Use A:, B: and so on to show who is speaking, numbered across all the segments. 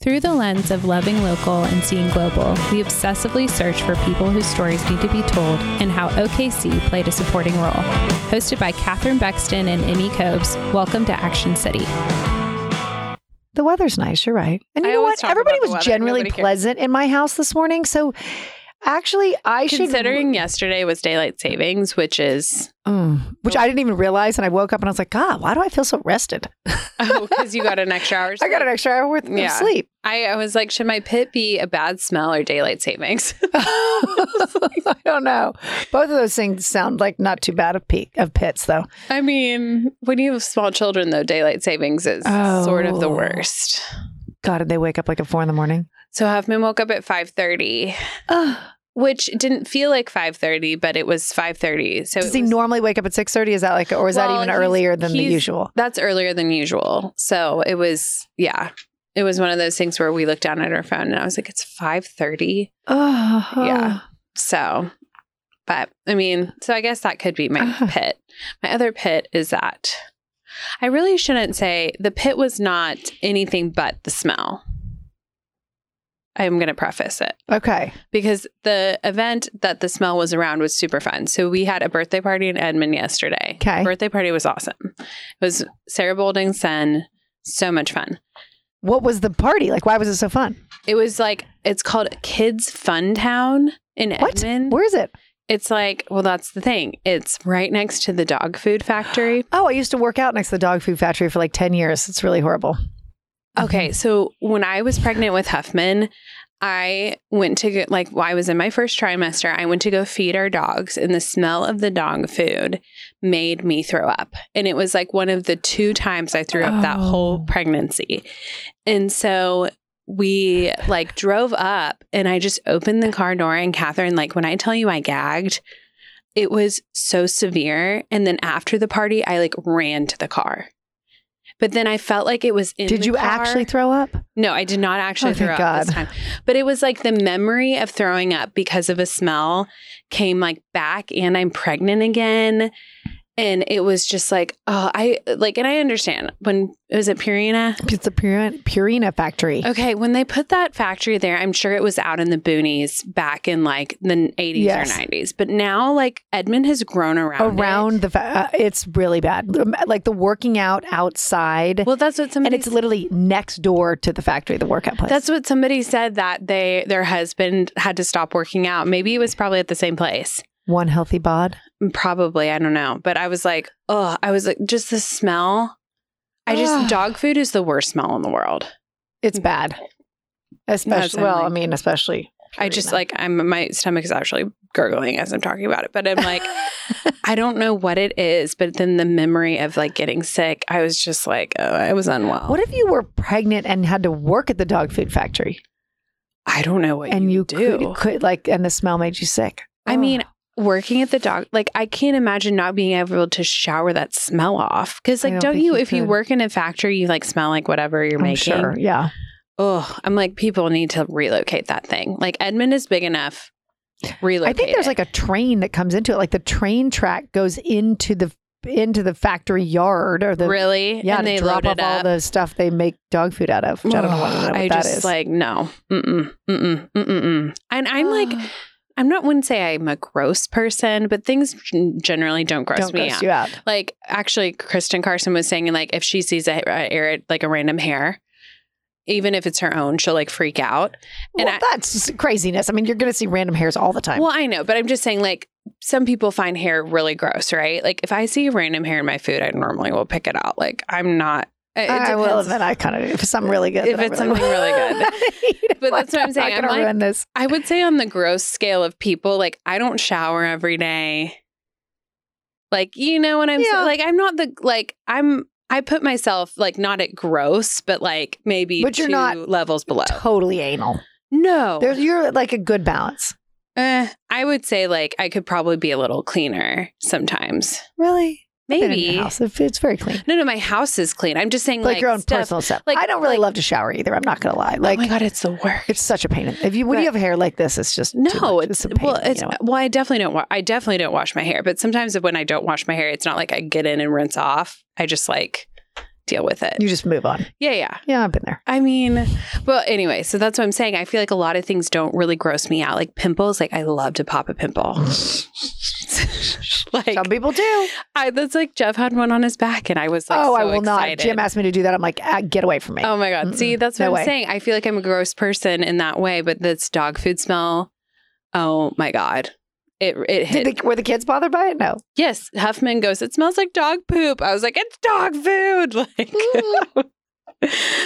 A: Through the lens of loving local and seeing global, we obsessively search for people whose stories need to be told and how OKC played a supporting role. Hosted by Katherine Bexton and Emmy Cobes, welcome to Action City.
B: The weather's nice. You're right. And you
C: I
B: know
C: always
B: what?
C: talk
B: Everybody
C: about the
B: was
C: weather.
B: generally
C: Nobody cares.
B: pleasant in my house this morning. So actually, I should.
C: Considering yesterday was daylight savings, which is
B: Mm. which I didn't even realize. And I woke up and I was like, God, why do I feel so rested?
C: oh, because you got an extra hour.
B: I got an extra hour worth
C: Yeah.
B: of sleep.
C: I, I was like, should my pit be a bad smell or daylight savings?
B: I don't know. Both of those things sound like not too bad of peak of pits though.
C: I mean, when you have small children, though, daylight savings is sort of the
B: Oh.
C: worst.
B: God, did they wake up like at four in the morning?
C: So Huffman woke up at five thirty, which didn't feel like five thirty, but it was five thirty. So
B: Does
C: it
B: he
C: was-
B: normally wake up at six thirty? Is that like, or is
C: Well,
B: that even
C: he's-
B: earlier than the
C: he's-
B: usual?
C: That's earlier than usual. So it was, yeah, it was one of those things where we looked down at our phone and I was like, it's five thirty.
B: Oh,
C: Yeah. So, but I mean, so I guess that could be my
B: Uh-huh.
C: pit. My other pit is that I really shouldn't say the pit was not anything but the smell. I'm going to preface it
B: Okay.
C: because the event that the smell was around was super fun. So we had a birthday party in Edmond yesterday.
B: Okay.
C: The birthday party was awesome. It was Sarah Bolding's son. So much fun.
B: What was the party like? Why was it so fun?
C: It was like it's called Kids Fun Town in
B: What?
C: Edmond.
B: Where is it?
C: It's like, well, that's the thing. It's right next to the dog food factory.
B: Oh, I used to work out next to the dog food factory for like ten years. It's really horrible.
C: Okay, so when I was pregnant with Huffman, I went to get like well, I was in my first trimester. I went to go feed our dogs, and the smell of the dog food made me throw up. And it was like one of the two times I threw up that
B: Oh.
C: whole pregnancy. And so we like drove up, and I just opened the car door, and Catherine, like when I tell you I gagged. It was so severe. And then after the party, I like ran to the car. But then I felt like it was in
B: Did
C: the
B: you
C: car.
B: actually throw up?
C: No, I did not actually
B: Oh,
C: throw
B: thank
C: up this time. But it was like the memory of throwing up because of a smell came like back and I'm pregnant again. And it was just like, oh, I like, and I understand when it was at Purina.
B: It's the Purina, Purina factory.
C: Okay, when they put that factory there, I'm sure it was out in the boonies back in like the 80s
B: Yes.
C: or 90s. But now, like, Edmund has grown around. it.
B: Around the, fa- uh, it's really bad. Like the working out outside,
C: Well, that's what
B: and
C: somebody
B: it's literally next door to the factory, the workout place.
C: That's what somebody said that they their husband had to stop working out. Maybe it was probably at the same place.
B: one healthy bod.
C: Probably, I don't know. But I was like, oh, I was like, just the smell. I
B: Ugh.
C: just dog food is the worst smell in the world.
B: It's
C: Mm.
B: bad, especially.
C: sounds
B: well, I
C: like-
B: mean, especially.
C: I just
B: Purina.
C: like I'm my stomach is actually gurgling as I'm talking about it. But I'm like, I don't know what it is. But then the memory of like getting sick, I was just like, oh, I was unwell.
B: What if you were pregnant and had to work at the dog food factory,
C: I don't know what
B: and you,
C: do.
B: Could, could like, and the smell made you sick?
C: I mean, working at the dog, like I can't imagine not being able to shower that smell off. Because
B: I
C: like,
B: don't
C: don't,
B: think
C: you?
B: you
C: if you
B: could.
C: work in a factory, you like smell like whatever you're
B: I'm
C: making.
B: sure. Yeah,
C: Oh, I'm like, people need to relocate that thing. Like Edmund is big enough.
B: I
C: Relocate.
B: think there's
C: it.
B: like a train that comes into it. Like the train track goes into the into the factory yard or the
C: really,
B: yeah
C: and
B: to
C: they
B: drop
C: load
B: off
C: it up.
B: all the stuff they make dog food out of. Which I don't know what, what
C: I
B: that
C: just
B: is.
C: like no, mm-mm, mm-mm, mm-mm, mm. and I'm like, I'm not. Wouldn't say I'm a gross person, but things g- generally don't gross
B: don't
C: me
B: gross
C: out.
B: you out.
C: like actually kristen carson was saying like if she sees a, a hair like a random hair even if it's her own she'll like freak out And
B: well,
C: I-
B: that's just craziness. I mean, you're going to see random hairs all the time.
C: well i know but i'm just saying like some people find hair really gross right like if i see a random hair in my food i normally will pick it out like i'm not it, it
B: I will
C: depends.
B: admit, I kind of if it's something really good.
C: If
B: that I
C: it's
B: really
C: something really good.
B: want to eat,
C: But that's what I'm saying.
B: not
C: I'm
B: gonna
C: like-
B: ruin this.
C: i would say on the gross scale of people like i don't shower every day like you know what i'm saying
B: Yeah.
C: like i'm not the like i'm I put myself like not at gross, but like maybe
B: But you're
C: two
B: not
C: levels below.
B: Totally anal.
C: No,
B: There's, you're like a good balance.
C: Eh, I would say like I could probably be a little cleaner sometimes.
B: Really? Been in
C: Maybe.
B: your house. If It's very clean.
C: No, no, my house is clean. I'm just saying
B: Like,
C: like,
B: your own
C: stuff-
B: personal stuff.
C: like-
B: I don't really
C: like-
B: love to shower either. I'm not going to lie. Like,
C: oh my god, it's the worst.
B: it's such a pain. In, if you when you have
C: But-
B: hair like this, it's just too
C: no,
B: much.
C: it's
B: a pain,
C: well, it's
B: you know?
C: well. I definitely don't. Wa- I definitely don't wash my hair. But sometimes when I don't wash my hair, it's not like I get in and rinse off. I just like deal with it.
B: You just move on.
C: Yeah, yeah.
B: Yeah, I've been there.
C: I mean, well, anyway, so that's what I'm saying. I feel like a lot of things don't really gross me out. Like pimples, like I love to pop a pimple. like
B: Some people do.
C: I, that's like Jeff had one on his back, and I was like,
B: oh, I
C: so
B: will not.
C: excited.
B: Jim asked me to do that. I'm like, ah, get away from me.
C: Oh my god!
B: Mm-mm.
C: See, that's what
B: No
C: I'm
B: way.
C: saying. I feel like I'm a gross person in that way, but this dog food smell. Oh my god! It it hit.
B: Did the, were the kids bothered by it? No.
C: yes, Huffman goes. It smells like dog poop. I was like, it's dog food. Like.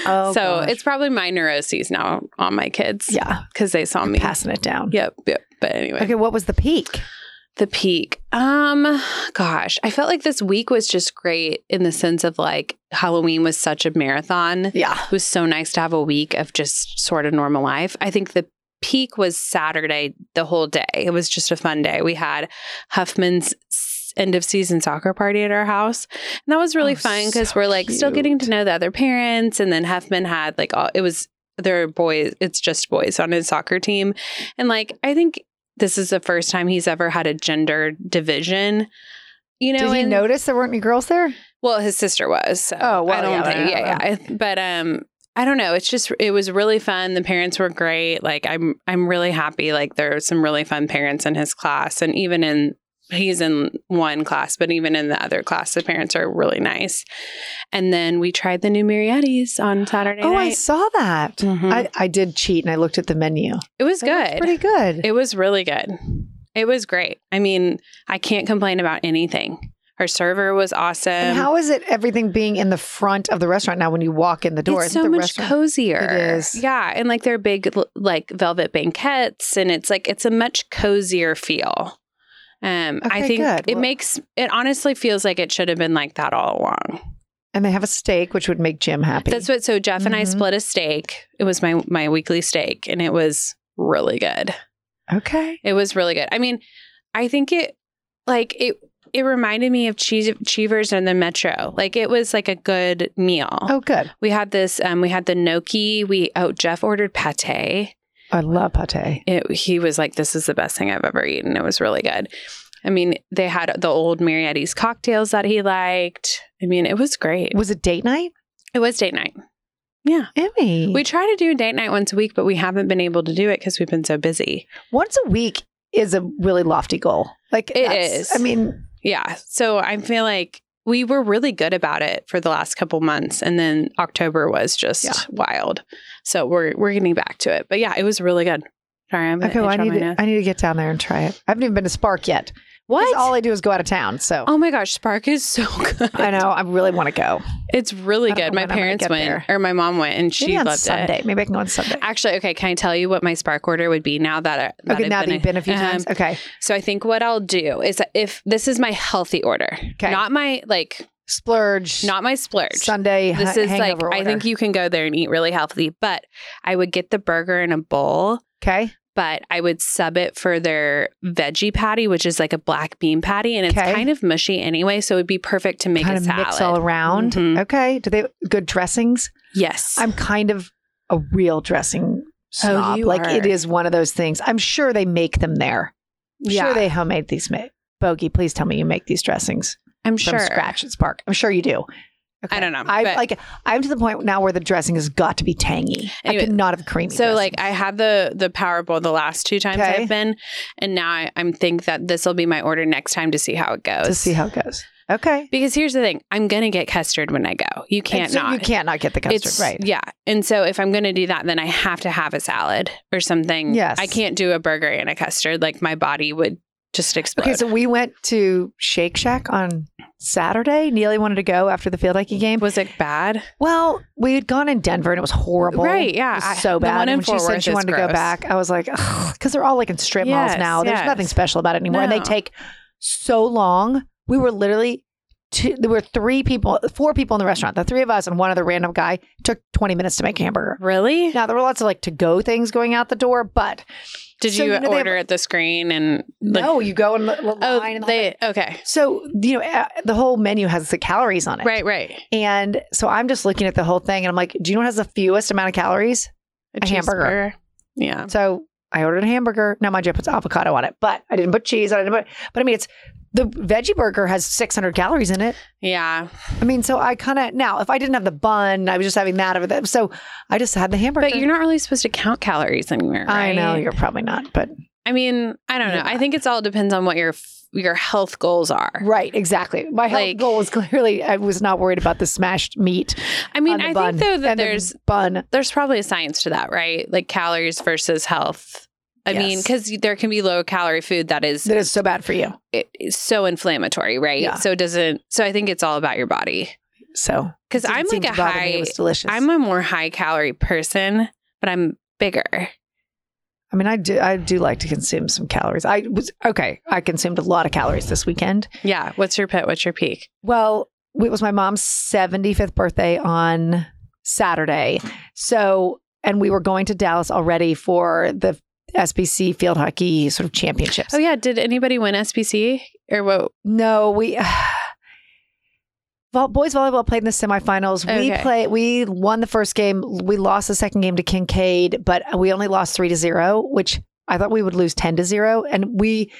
B: Oh,
C: so
B: gosh.
C: it's probably my neuroses now on my kids
B: Yeah,
C: because they saw me.
B: passing it down.
C: Yep, yep. But anyway,
B: Okay, what was the peak?
C: the peak. Um, gosh, I felt like this week was just great in the sense of like Halloween was such a marathon.
B: Yeah.
C: It was so nice to have a week of just sort of normal life. I think the peak was Saturday the whole day. It was just a fun day. We had Huffman's s- end of season soccer party at our house. And that was really
B: Oh,
C: fun because
B: so
C: we're like still getting to
B: cute.
C: know the other parents. And then Huffman had like all, it was their boys, it's just boys on his soccer team. And like, I think this is the first time he's ever had a gender division. You know,
B: Did he
C: and-
B: notice there weren't any girls there?
C: well, his sister was. So
B: Oh, well,
C: I don't
B: yeah,
C: think.
B: yeah,
C: Yeah, yeah. But um, I don't know. It's just it was really fun. The parents were great. Like I'm I'm really happy. Like there were some really fun parents in his class, and even in he's in one class, but even in the other class, the parents are really nice. And then we tried the new Mariettes on Saturday
B: Oh, I
C: night.
B: saw that.
C: Mhm.
B: I, I did cheat and I looked at the menu.
C: it was
B: It looked
C: good.
B: Pretty good.
C: It was really good. It was great. I mean, I can't complain about anything. Her server was awesome.
B: and how is it everything being in the front of the restaurant now when you walk in the door?
C: It's
B: Isn't
C: so
B: the
C: much
B: restaurant-
C: cozier.
B: It is.
C: Yeah, and like they're big l- like velvet banquettes, and it's like it's a much cozier feel. Um, I
B: Okay,
C: think
B: good.
C: it
B: Well-
C: makes it honestly feels like it should have been like that all along.
B: and they have a steak, which would make Jim happy.
C: That's what. So Jeff and I
B: Mhm.
C: split a steak. It was my my weekly steak, and it was really good.
B: okay.
C: It was really good. I mean, I think it like it it reminded me of Cheez- Cheevers and the Metro. Like it was like a good meal.
B: Oh, good.
C: We had this. Um, we had the gnocchi. We oh, Jeff ordered pate.
B: I love pate.
C: It, he was like, "This is the best thing I've ever eaten." It was really good. I mean, they had the old Marietti's cocktails that he liked. I mean, it was great.
B: Was it date night?
C: It was date night.
B: Emmy.
C: We try to do date night once a week, but we haven't been able to do it because we've been so busy.
B: Once a week is a really lofty goal. Like
C: It
B: that's-
C: is.
B: I mean,
C: Yeah, so I feel like we were really good about it for the last couple months, and then October was just
B: Yeah.
C: wild. So we're we're getting back to it. But yeah, it was really good. Sorry, I'm gonna
B: okay. Well, I
C: itch on
B: need
C: my
B: to,
C: nose.
B: I need to get down there and try it. I haven't even been to Spark yet. 'cause
C: what?
B: All I do is go out of town. So
C: Oh my gosh, Spark is so good.
B: I know. I really want to go.
C: It's really
B: I don't
C: good.
B: know
C: My
B: when I'm gonna
C: parents
B: get
C: went,
B: there.
C: or my mom went, and she
B: Maybe on
C: loved
B: Sunday.
C: it.
B: Maybe I can go on Sunday.
C: Actually, okay, can I tell you what my spark order would be now that, I, that
B: okay,
C: I've
B: now that you've been a few
C: um,
B: times. Okay.
C: So I think what I'll do is if this is my healthy order,
B: Okay.
C: not my like,
B: Splurge.
C: not my splurge.
B: Sunday.
C: this
B: ha-
C: is like
B: hangover
C: I
B: order.
C: think you can go there and eat really healthy, but I would get the burger in a bowl.
B: Okay.
C: But I would sub it for their veggie patty, which is like a black bean patty, and it's
B: Okay.
C: kind of mushy anyway, so it would be perfect to make
B: kind
C: a
B: of
C: salad.
B: mix all around.
C: Mhm.
B: Okay. Do they good dressings?
C: yes,
B: I'm kind of a real dressing snob.
C: Oh, you
B: like it
C: are.
B: is one of those things. I'm sure they make them there. Sure they homemade these. Ma- Bogey, please tell me you make these dressings
C: I'm
B: from
C: sure.
B: scratch at Spark. I'm sure you do. Okay.
C: don't know,
B: I
C: but-
B: like. I'm to the point now where the dressing has got to be tangy.
C: Anyway,
B: I could not have creamy.
C: So like
B: dressings.
C: I had the the Power Bowl the last two times
B: Okay.
C: I've been, and now I, I'm think that this will be my order next time to see how it goes.
B: to see how it goes. Okay.
C: because here's the thing, I'm gonna get custard when I go. You can't
B: And so
C: not.
B: You can't not get the custard
C: It's
B: right.
C: yeah, and so if I'm gonna do that, then I have to have a salad or something.
B: Yes.
C: I can't do a burger and a custard. Like my body would just explode.
B: Okay, so we went to Shake Shack on Saturday. Neely wanted to go after the field hockey game.
C: was it bad?
B: Well, we had gone in Denver and it was horrible.
C: Right, yeah.
B: It was
C: I-
B: so
C: the
B: bad.
C: one
B: And
C: in
B: when she
C: Fort
B: said
C: Worth
B: she
C: is
B: wanted to go
C: gross.
B: back, I was like, because they're all like in strip malls
C: Yes,
B: now. There's
C: yes.
B: nothing special about it anymore. And they
C: No.
B: take so long. We were literally two, there were three people, four people in the restaurant, the three of us and one other random guy. It took 20 minutes to make a hamburger.
C: Really?
B: Now, there were lots of like to go things going out the door, but
C: Did
B: So,
C: you,
B: you know, they have-
C: order at the screen and like,
B: no, you go in the, the
C: Oh,
B: line and the whole
C: they
B: thing.
C: okay.
B: So, you know, uh, the whole menu has the calories on it.
C: Right, right.
B: And so I'm just looking at the whole thing and I'm like, do you know what has the fewest amount of calories?
C: A,
B: A hamburger.
C: cheeseburger. Yeah.
B: Um, So I ordered a hamburger. Now, mind you, I put avocado on it, but I didn't put cheese. I didn't put, but I mean, it's the veggie burger has 600 calories in it.
C: Yeah.
B: I mean, so I kind of, now, if I didn't have the bun, I was just having that over that. So I just had the hamburger.
C: But you're not really supposed to count calories anywhere.
B: I know
C: right?
B: you're probably not, but
C: I mean, I don't know. I think it's all depends on what your f- your health goals are.
B: right, exactly. My health
C: Like-
B: goal was clearly I was not worried about the smashed meat.
C: I mean,
B: on the
C: I
B: bun
C: think though that
B: and the
C: there's
B: bun.
C: there's probably a science to that, right? Like calories versus health. I mean,
B: Yes.
C: because there can be low calorie food that is
B: That is so bad for you.
C: it is so inflammatory, right?
B: Yeah.
C: So it doesn't. So I think it's all about your body.
B: So
C: Because
B: it didn't
C: I'm
B: seem
C: like a
B: to bother me.
C: high,
B: It was delicious.
C: I'm a more high calorie person, but I'm bigger.
B: I mean, I do. I do like to consume some calories. I was okay. I consumed a lot of calories this weekend.
C: Yeah. What's your pit? What's your peak?
B: Well, it was my mom's seventy fifth birthday on Saturday. So, and we were going to Dallas already for the SBC field hockey sort of championships.
C: Oh yeah. Did anybody win SPC or what?
B: No, we. Vol- boys volleyball played in the semifinals. We
C: Okay.
B: play. We won the first game. We lost the second game to Kincaid, but we only lost three to zero, which I thought we would lose ten to zero, and we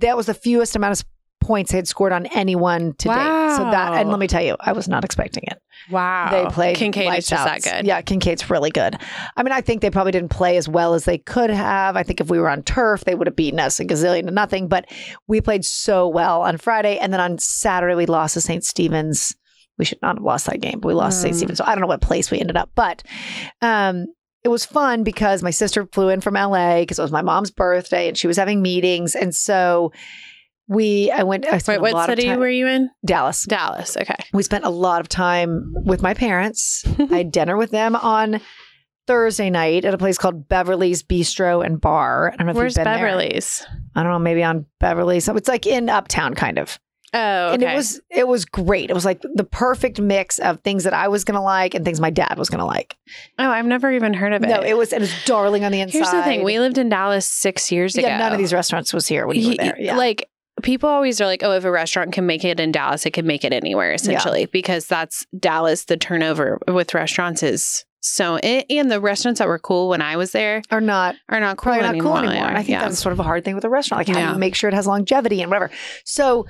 B: that was the fewest amount of s- points they had scored on anyone to date. So that, and
C: Wow.
B: let me tell you, I was not expecting it.
C: Wow.
B: They played
C: Kincaid is
B: lights
C: just
B: out.
C: that good.
B: Yeah, Kincaid's really good. I mean, I think they probably didn't play as well as they could have. I think if we were on turf, they would have beaten us a gazillion to nothing. But we played so well on Friday, and then on Saturday we lost to St. Stephen's. We should not have lost that game, but we lost to St.
C: Mm.
B: Stephen's. So I don't know what place we ended up, but um, it was fun because my sister flew in from LA because it was my mom's birthday and she was having meetings, and so. We, I went. I
C: Wait,
B: spent a
C: what
B: lot of
C: city
B: time-
C: were you in?
B: Dallas.
C: Dallas. Okay.
B: We spent a lot of time with my parents. I had dinner with them on Thursday night at a place called Beverly's Bistro and Bar. I don't know if
C: Where's
B: you've been there.
C: Beverly's?
B: I don't know, maybe on Beverly. So it's like in Uptown, kind of.
C: Oh, okay.
B: And it was it was great. It was like the perfect mix of things that I was gonna like and things my dad was gonna like.
C: oh, I've never even heard of it.
B: No, it was it was darling on the inside.
C: Here's the thing: we lived in Dallas six years ago.
B: yeah, none of these restaurants was here when you were
C: He-
B: there. Yeah.
C: Like people always are like, oh, if a restaurant can make it in Dallas, it can make it anywhere, essentially, because that's Dallas. The turnover with restaurants is so, a- and the restaurants that were cool when I was there
B: or not
C: are not cool
B: probably not
C: anymore.
B: cool anymore. And I think
C: yeah.
B: that's sort of a hard thing with a restaurant. Like how do
C: Yeah.
B: you make sure it has longevity and whatever. So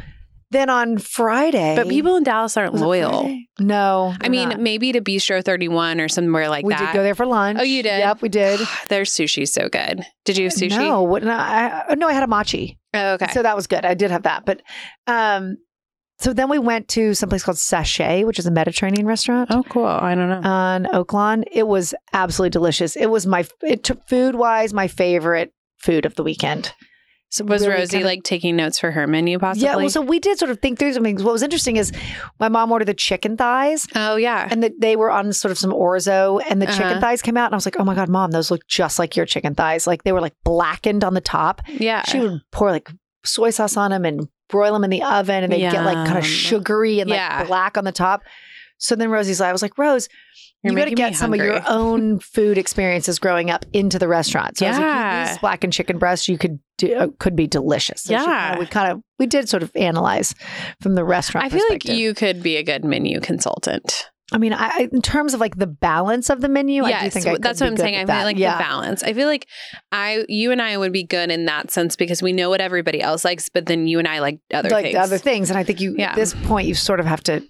B: then on Friday
C: but people in Dallas aren't
B: Was it
C: loyal.
B: Friday? No.
C: I
B: they're
C: mean,
B: not.
C: maybe to Bistro Thirty One or somewhere like
B: we
C: that.
B: did go there for lunch.
C: Oh, you did?
B: Yep, we did.
C: Their sushi's so good. Did you have sushi?
B: No, what, no, I, I- no, I had a machi.
C: Oh, okay.
B: So that was good. I did have that. But um, so then we went to someplace called Sachet, which is a Mediterranean restaurant.
C: oh, cool. I don't know.
B: On Oaklawn, it was absolutely delicious. It was my it took food wise my favorite food of the weekend. So
C: was
B: really
C: Rosie
B: kinda-
C: like taking notes for her menu possibly?
B: yeah? Well, so we did sort of think through some things. What was interesting is my mom ordered the chicken thighs,
C: oh yeah.
B: and that they were on sort of some orzo and the
C: Uh-huh.
B: chicken thighs came out and i was like oh my god mom those look just like your chicken thighs like they were like blackened on the top
C: yeah.
B: she would pour like soy sauce on them and broil them in the oven and they would get like kind
C: Yum.
B: of sugary and
C: Yeah.
B: like black on the top so then rosie's like i was like rose
C: You're
B: you got to
C: making me
B: get some of your
C: hungry.
B: own food experiences growing up into the restaurant. So I was like,
C: Yeah.
B: you- these blackened chicken breasts you could do uh, could be delicious. So she kinda-
C: Yeah.
B: we kind of we did sort of analyze from the restaurant.
C: I feel like
B: perspective.
C: you could be a good menu consultant.
B: I mean, I, I in terms of like the balance of the menu, I do think I could
C: that's
B: be
C: what I'm
B: good
C: saying. I
B: with
C: mean,
B: that.
C: like
B: yeah.
C: the balance. I feel like I, you and I would be good in that sense because we know what everybody else likes, but then you and I like other
B: like
C: things.
B: the other things, and I think you
C: Yeah.
B: at this point you sort of have to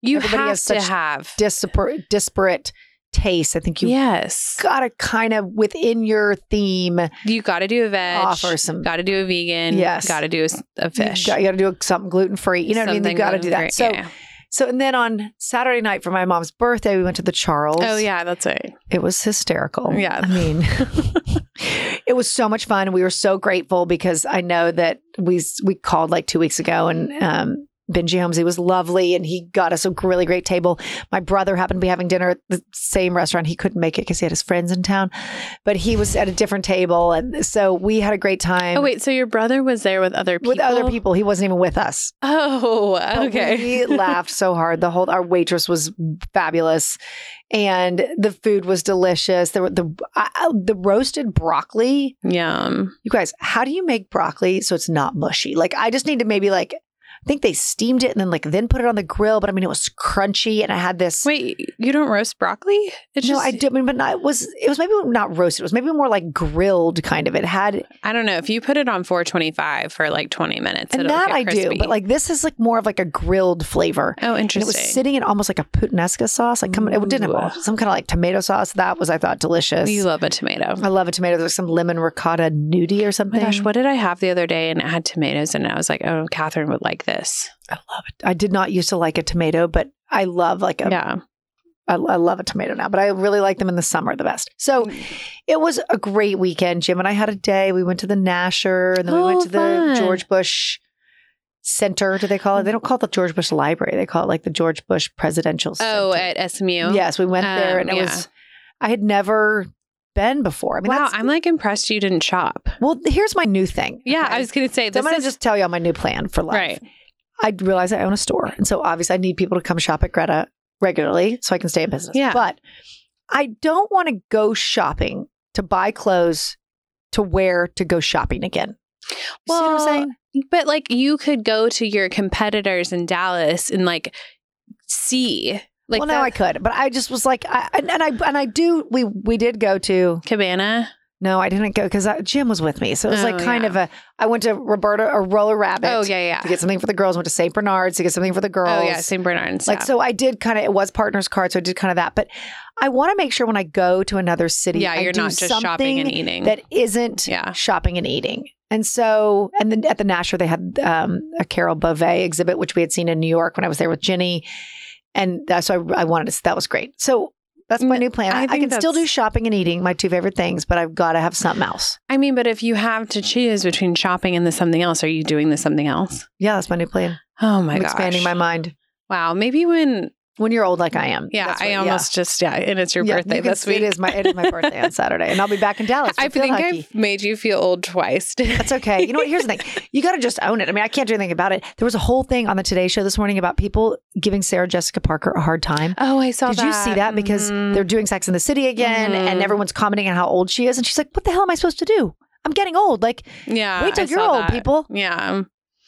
C: you
B: everybody
C: have
B: has
C: to
B: such
C: have.
B: disparate disparate tastes. I think you
C: yes,
B: gotta kind of within your theme
C: you got to do a veg.
B: offer some.
C: Got to do a vegan.
B: Yes.
C: got to do a, s- a fish.
B: You gotta, do something gluten free. You know what I mean?
C: Something
B: You gotta do that.
C: gluten-free.
B: So,
C: Yeah.
B: so and then on Saturday night for my mom's birthday, we went to the Charles.
C: oh yeah, that's right.
B: It was hysterical.
C: Yeah.
B: I mean, it was so much fun. We were so grateful because I know that we we called like two weeks ago and um Benji Holmes, he was lovely and he got us a really great table. My brother happened to be having dinner at the same restaurant. He couldn't make it because he had his friends in town, but he was at a different table. And so we had a great time
C: Oh wait, so your brother was there with other people.
B: with other people. He wasn't even with us.
C: Oh,
B: But We
C: okay.
B: laughed so hard. The whole our waitress was fabulous, and the food was delicious. There were the I, I- the roasted broccoli.
C: Yum.
B: You guys, how do you make broccoli so it's not mushy? Like I just need to maybe like I think they steamed it and then like then put it on the grill. But I mean, it was crunchy, and I had this.
C: Wait, you don't roast broccoli? It's
B: no,
C: just,
B: I do. I mean, but not, it was it was maybe not roasted. It was maybe more like grilled kind of. It had
C: I don't know. If you put it on 425 for like 20 minutes,
B: and
C: it'll
B: that
C: get
B: I do,
C: crispy.
B: but like this is like more of like a grilled flavor.
C: oh,
B: And
C: interesting.
B: it was sitting in almost like a puttanesca sauce. Like come, it didn't have
C: Ooh.
B: some kind of like tomato sauce. That was I thought delicious.
C: you love a tomato.
B: I love a tomato. There's some lemon ricotta nudie or
C: Oh my
B: something.
C: gosh, what did I have the other day? And it had tomatoes in it. I was like, oh, Catherine would like this.
B: I love it. I did not used to like a tomato, but I love like a. I
C: Yeah.
B: I love a tomato now, but I really like them in the summer the best. So
C: Mm.
B: it was a great weekend. Jim and I had a day. We went to the Nasher and then we went
C: Oh,
B: to the
C: fun.
B: George Bush Center. Do they call it? They don't call it the George Bush Library. They call it like the George Bush Presidential Center.
C: Oh, at SMU.
B: Yes, we went there
C: Um,
B: and it
C: yeah.
B: was, I had never been before. I mean,
C: wow,
B: that's,
C: I'm like impressed you didn't shop.
B: well, here's my new thing.
C: Yeah,
B: okay?
C: I was gonna say
B: So I'm
C: this
B: going to
C: is
B: just tell you all my new plan for life.
C: right.
B: I realize I own a store. And so obviously I need people to come shop at Greta regularly so I can stay in business.
C: Yeah.
B: But I don't want to go shopping to buy clothes to wear to go shopping again. You see what I'm
C: Well,
B: saying?
C: But like you could go to your competitors in Dallas and like see like
B: well, no,
C: that-
B: I could, but I just was like, I, and, and I and I do. We we did go to.
C: Cabana.
B: No, I didn't go because Jim was with me, so it was
C: Oh,
B: like kind
C: yeah.
B: of a. I went to Roberta or Roller Rabbit.
C: Oh yeah,
B: to
C: yeah.
B: get something for the girls. Went to St. Bernard's to get something for the girls.
C: Oh yeah, St. Bernard's.
B: Like
C: yeah.
B: so, I did kind of. It was partners card, so I did kind of that. But I want to make sure when I go to another city,
C: yeah,
B: I
C: you're
B: do
C: not just
B: something
C: shopping and eating.
B: that isn't
C: yeah.
B: shopping and eating. And so, and then at the Nasher, they had um, a Carol Beauvais exhibit, which we had seen in New York when I was there with Jenny, and that's why I, I wanted to. That was great. So that's my
C: Mm,
B: new plan.
C: I
B: I, I
C: think
B: can still do
C: that's-
B: shopping and eating, my two favorite things, but I've got to have something else.
C: I mean, but if you have to choose between shopping and the something else, are you doing the something else?
B: Yeah, that's my new plan.
C: Oh my
B: I'm
C: god.
B: expanding my mind.
C: Wow. Maybe when
B: When you're old like I am,
C: yeah,
B: That's
C: I
B: what-
C: almost just yeah, and it's your
B: Yeah,
C: birthday
B: you can
C: this
B: see
C: week.
B: It is my it is my birthday on Saturday, and I'll be back in Dallas. for
C: I
B: field
C: think
B: hockey.
C: I've made you feel old twice.
B: That's okay. You know what? Here's the thing. You got to just own it. I mean, I can't do anything about it. There was a whole thing on the Today Show this morning about people giving Sarah Jessica Parker a hard time.
C: Oh, I saw
B: Did
C: that.
B: you see that? Mm-hmm. Because
C: Mhm.
B: they're doing Sex in the City again, and
C: Mhm.
B: everyone's commenting on how old she is. And she's like, what the hell am I supposed to do? I'm getting old. Like,
C: yeah,
B: wait till
C: I
B: you're
C: saw
B: old,
C: that.
B: people.
C: Yeah.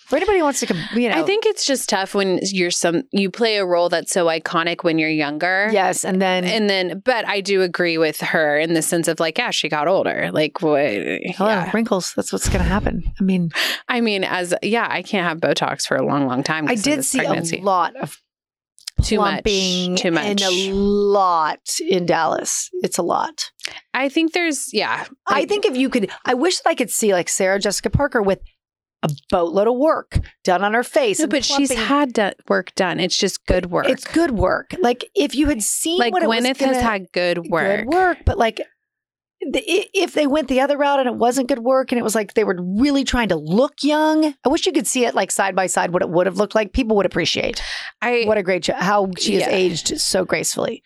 B: For anybody who wants to, com- you know.
C: I think it's just tough when you're some you play a role that's so iconic when you're younger.
B: Yes. And then,
C: And then but I do agree with her in the sense of like, yeah, she got older. Like what
B: hello,
C: yeah.
B: oh, wrinkles. That's what's going to happen. I mean,
C: I mean, as yeah, I can't have Botox for a long, long time.
B: I
C: 'cause of
B: did
C: this
B: see
C: pregnancy.
B: a lot of
C: too much.
B: plumping
C: Too much.
B: and a lot in Dallas. It's a lot.
C: I think there's yeah.
B: I
C: like,
B: think if you could, I wish that I could see like Sarah Jessica Parker with a boatload of work done on her face.
C: no,
B: and
C: but she's
B: plumping.
C: had do- work done. It's just good work.
B: it's good work. Like if you had seen
C: Like
B: what it
C: Gwyneth
B: was gonna,
C: has had good
B: good
C: work.
B: work, but like the, i- if they went the other route and it wasn't good work and it was like they were really trying to look young, I wish you could see it like side by side what it would have looked like. People would appreciate
C: I
B: what a great job, how she has
C: Yeah.
B: aged so gracefully.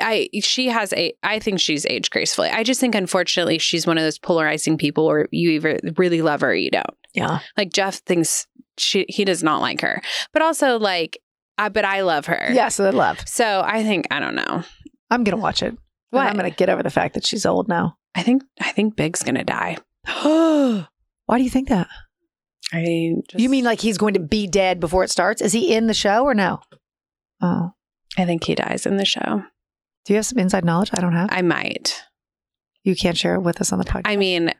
C: I she has a I think she's aged gracefully. I just think unfortunately she's one of those polarizing people where you either really love her or you don't.
B: Yeah,
C: Like Jeff thinks she he does not like her. But also like I but I love her.
B: yeah. So they loved.
C: So I think I don't know.
B: I'm gonna watch it.
C: What?
B: And I'm gonna get over the fact that she's old now.
C: I think I think Big's gonna die.
B: Why do you think that?
C: I just,
B: You mean like he's going to be dead before it starts? Is he in the show or no? Oh,
C: I think he dies in the show.
B: do you have some inside knowledge I don't have?
C: I might.
B: you can't share it with us on the podcast.
C: I mean,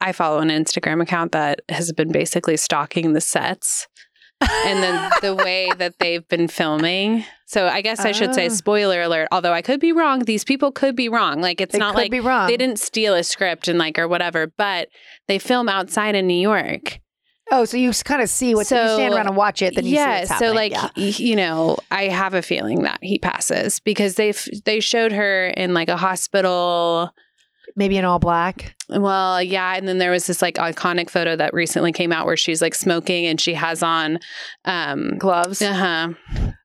C: I follow an Instagram account that has been basically stalking the sets and then the way that they've been filming. So I guess I should
B: Oh.
C: say spoiler alert, although I could be wrong. These people could be wrong. Like it's
B: they
C: not
B: could
C: like
B: be wrong.
C: they didn't steal a script and like or whatever, but they film outside in New York.
B: Oh, so you kind of see what you
C: So-
B: stand around and watch it. Then you see
C: yeah,
B: what's
C: so
B: happening.
C: like
B: Yeah.
C: y- you know, I have a feeling that he passes because they have they showed her in like a hospital.
B: maybe in all black.
C: Well, yeah, and then there was this like iconic photo that recently came out where she's like smoking and she has on um
B: Gloves,
C: uh-huh.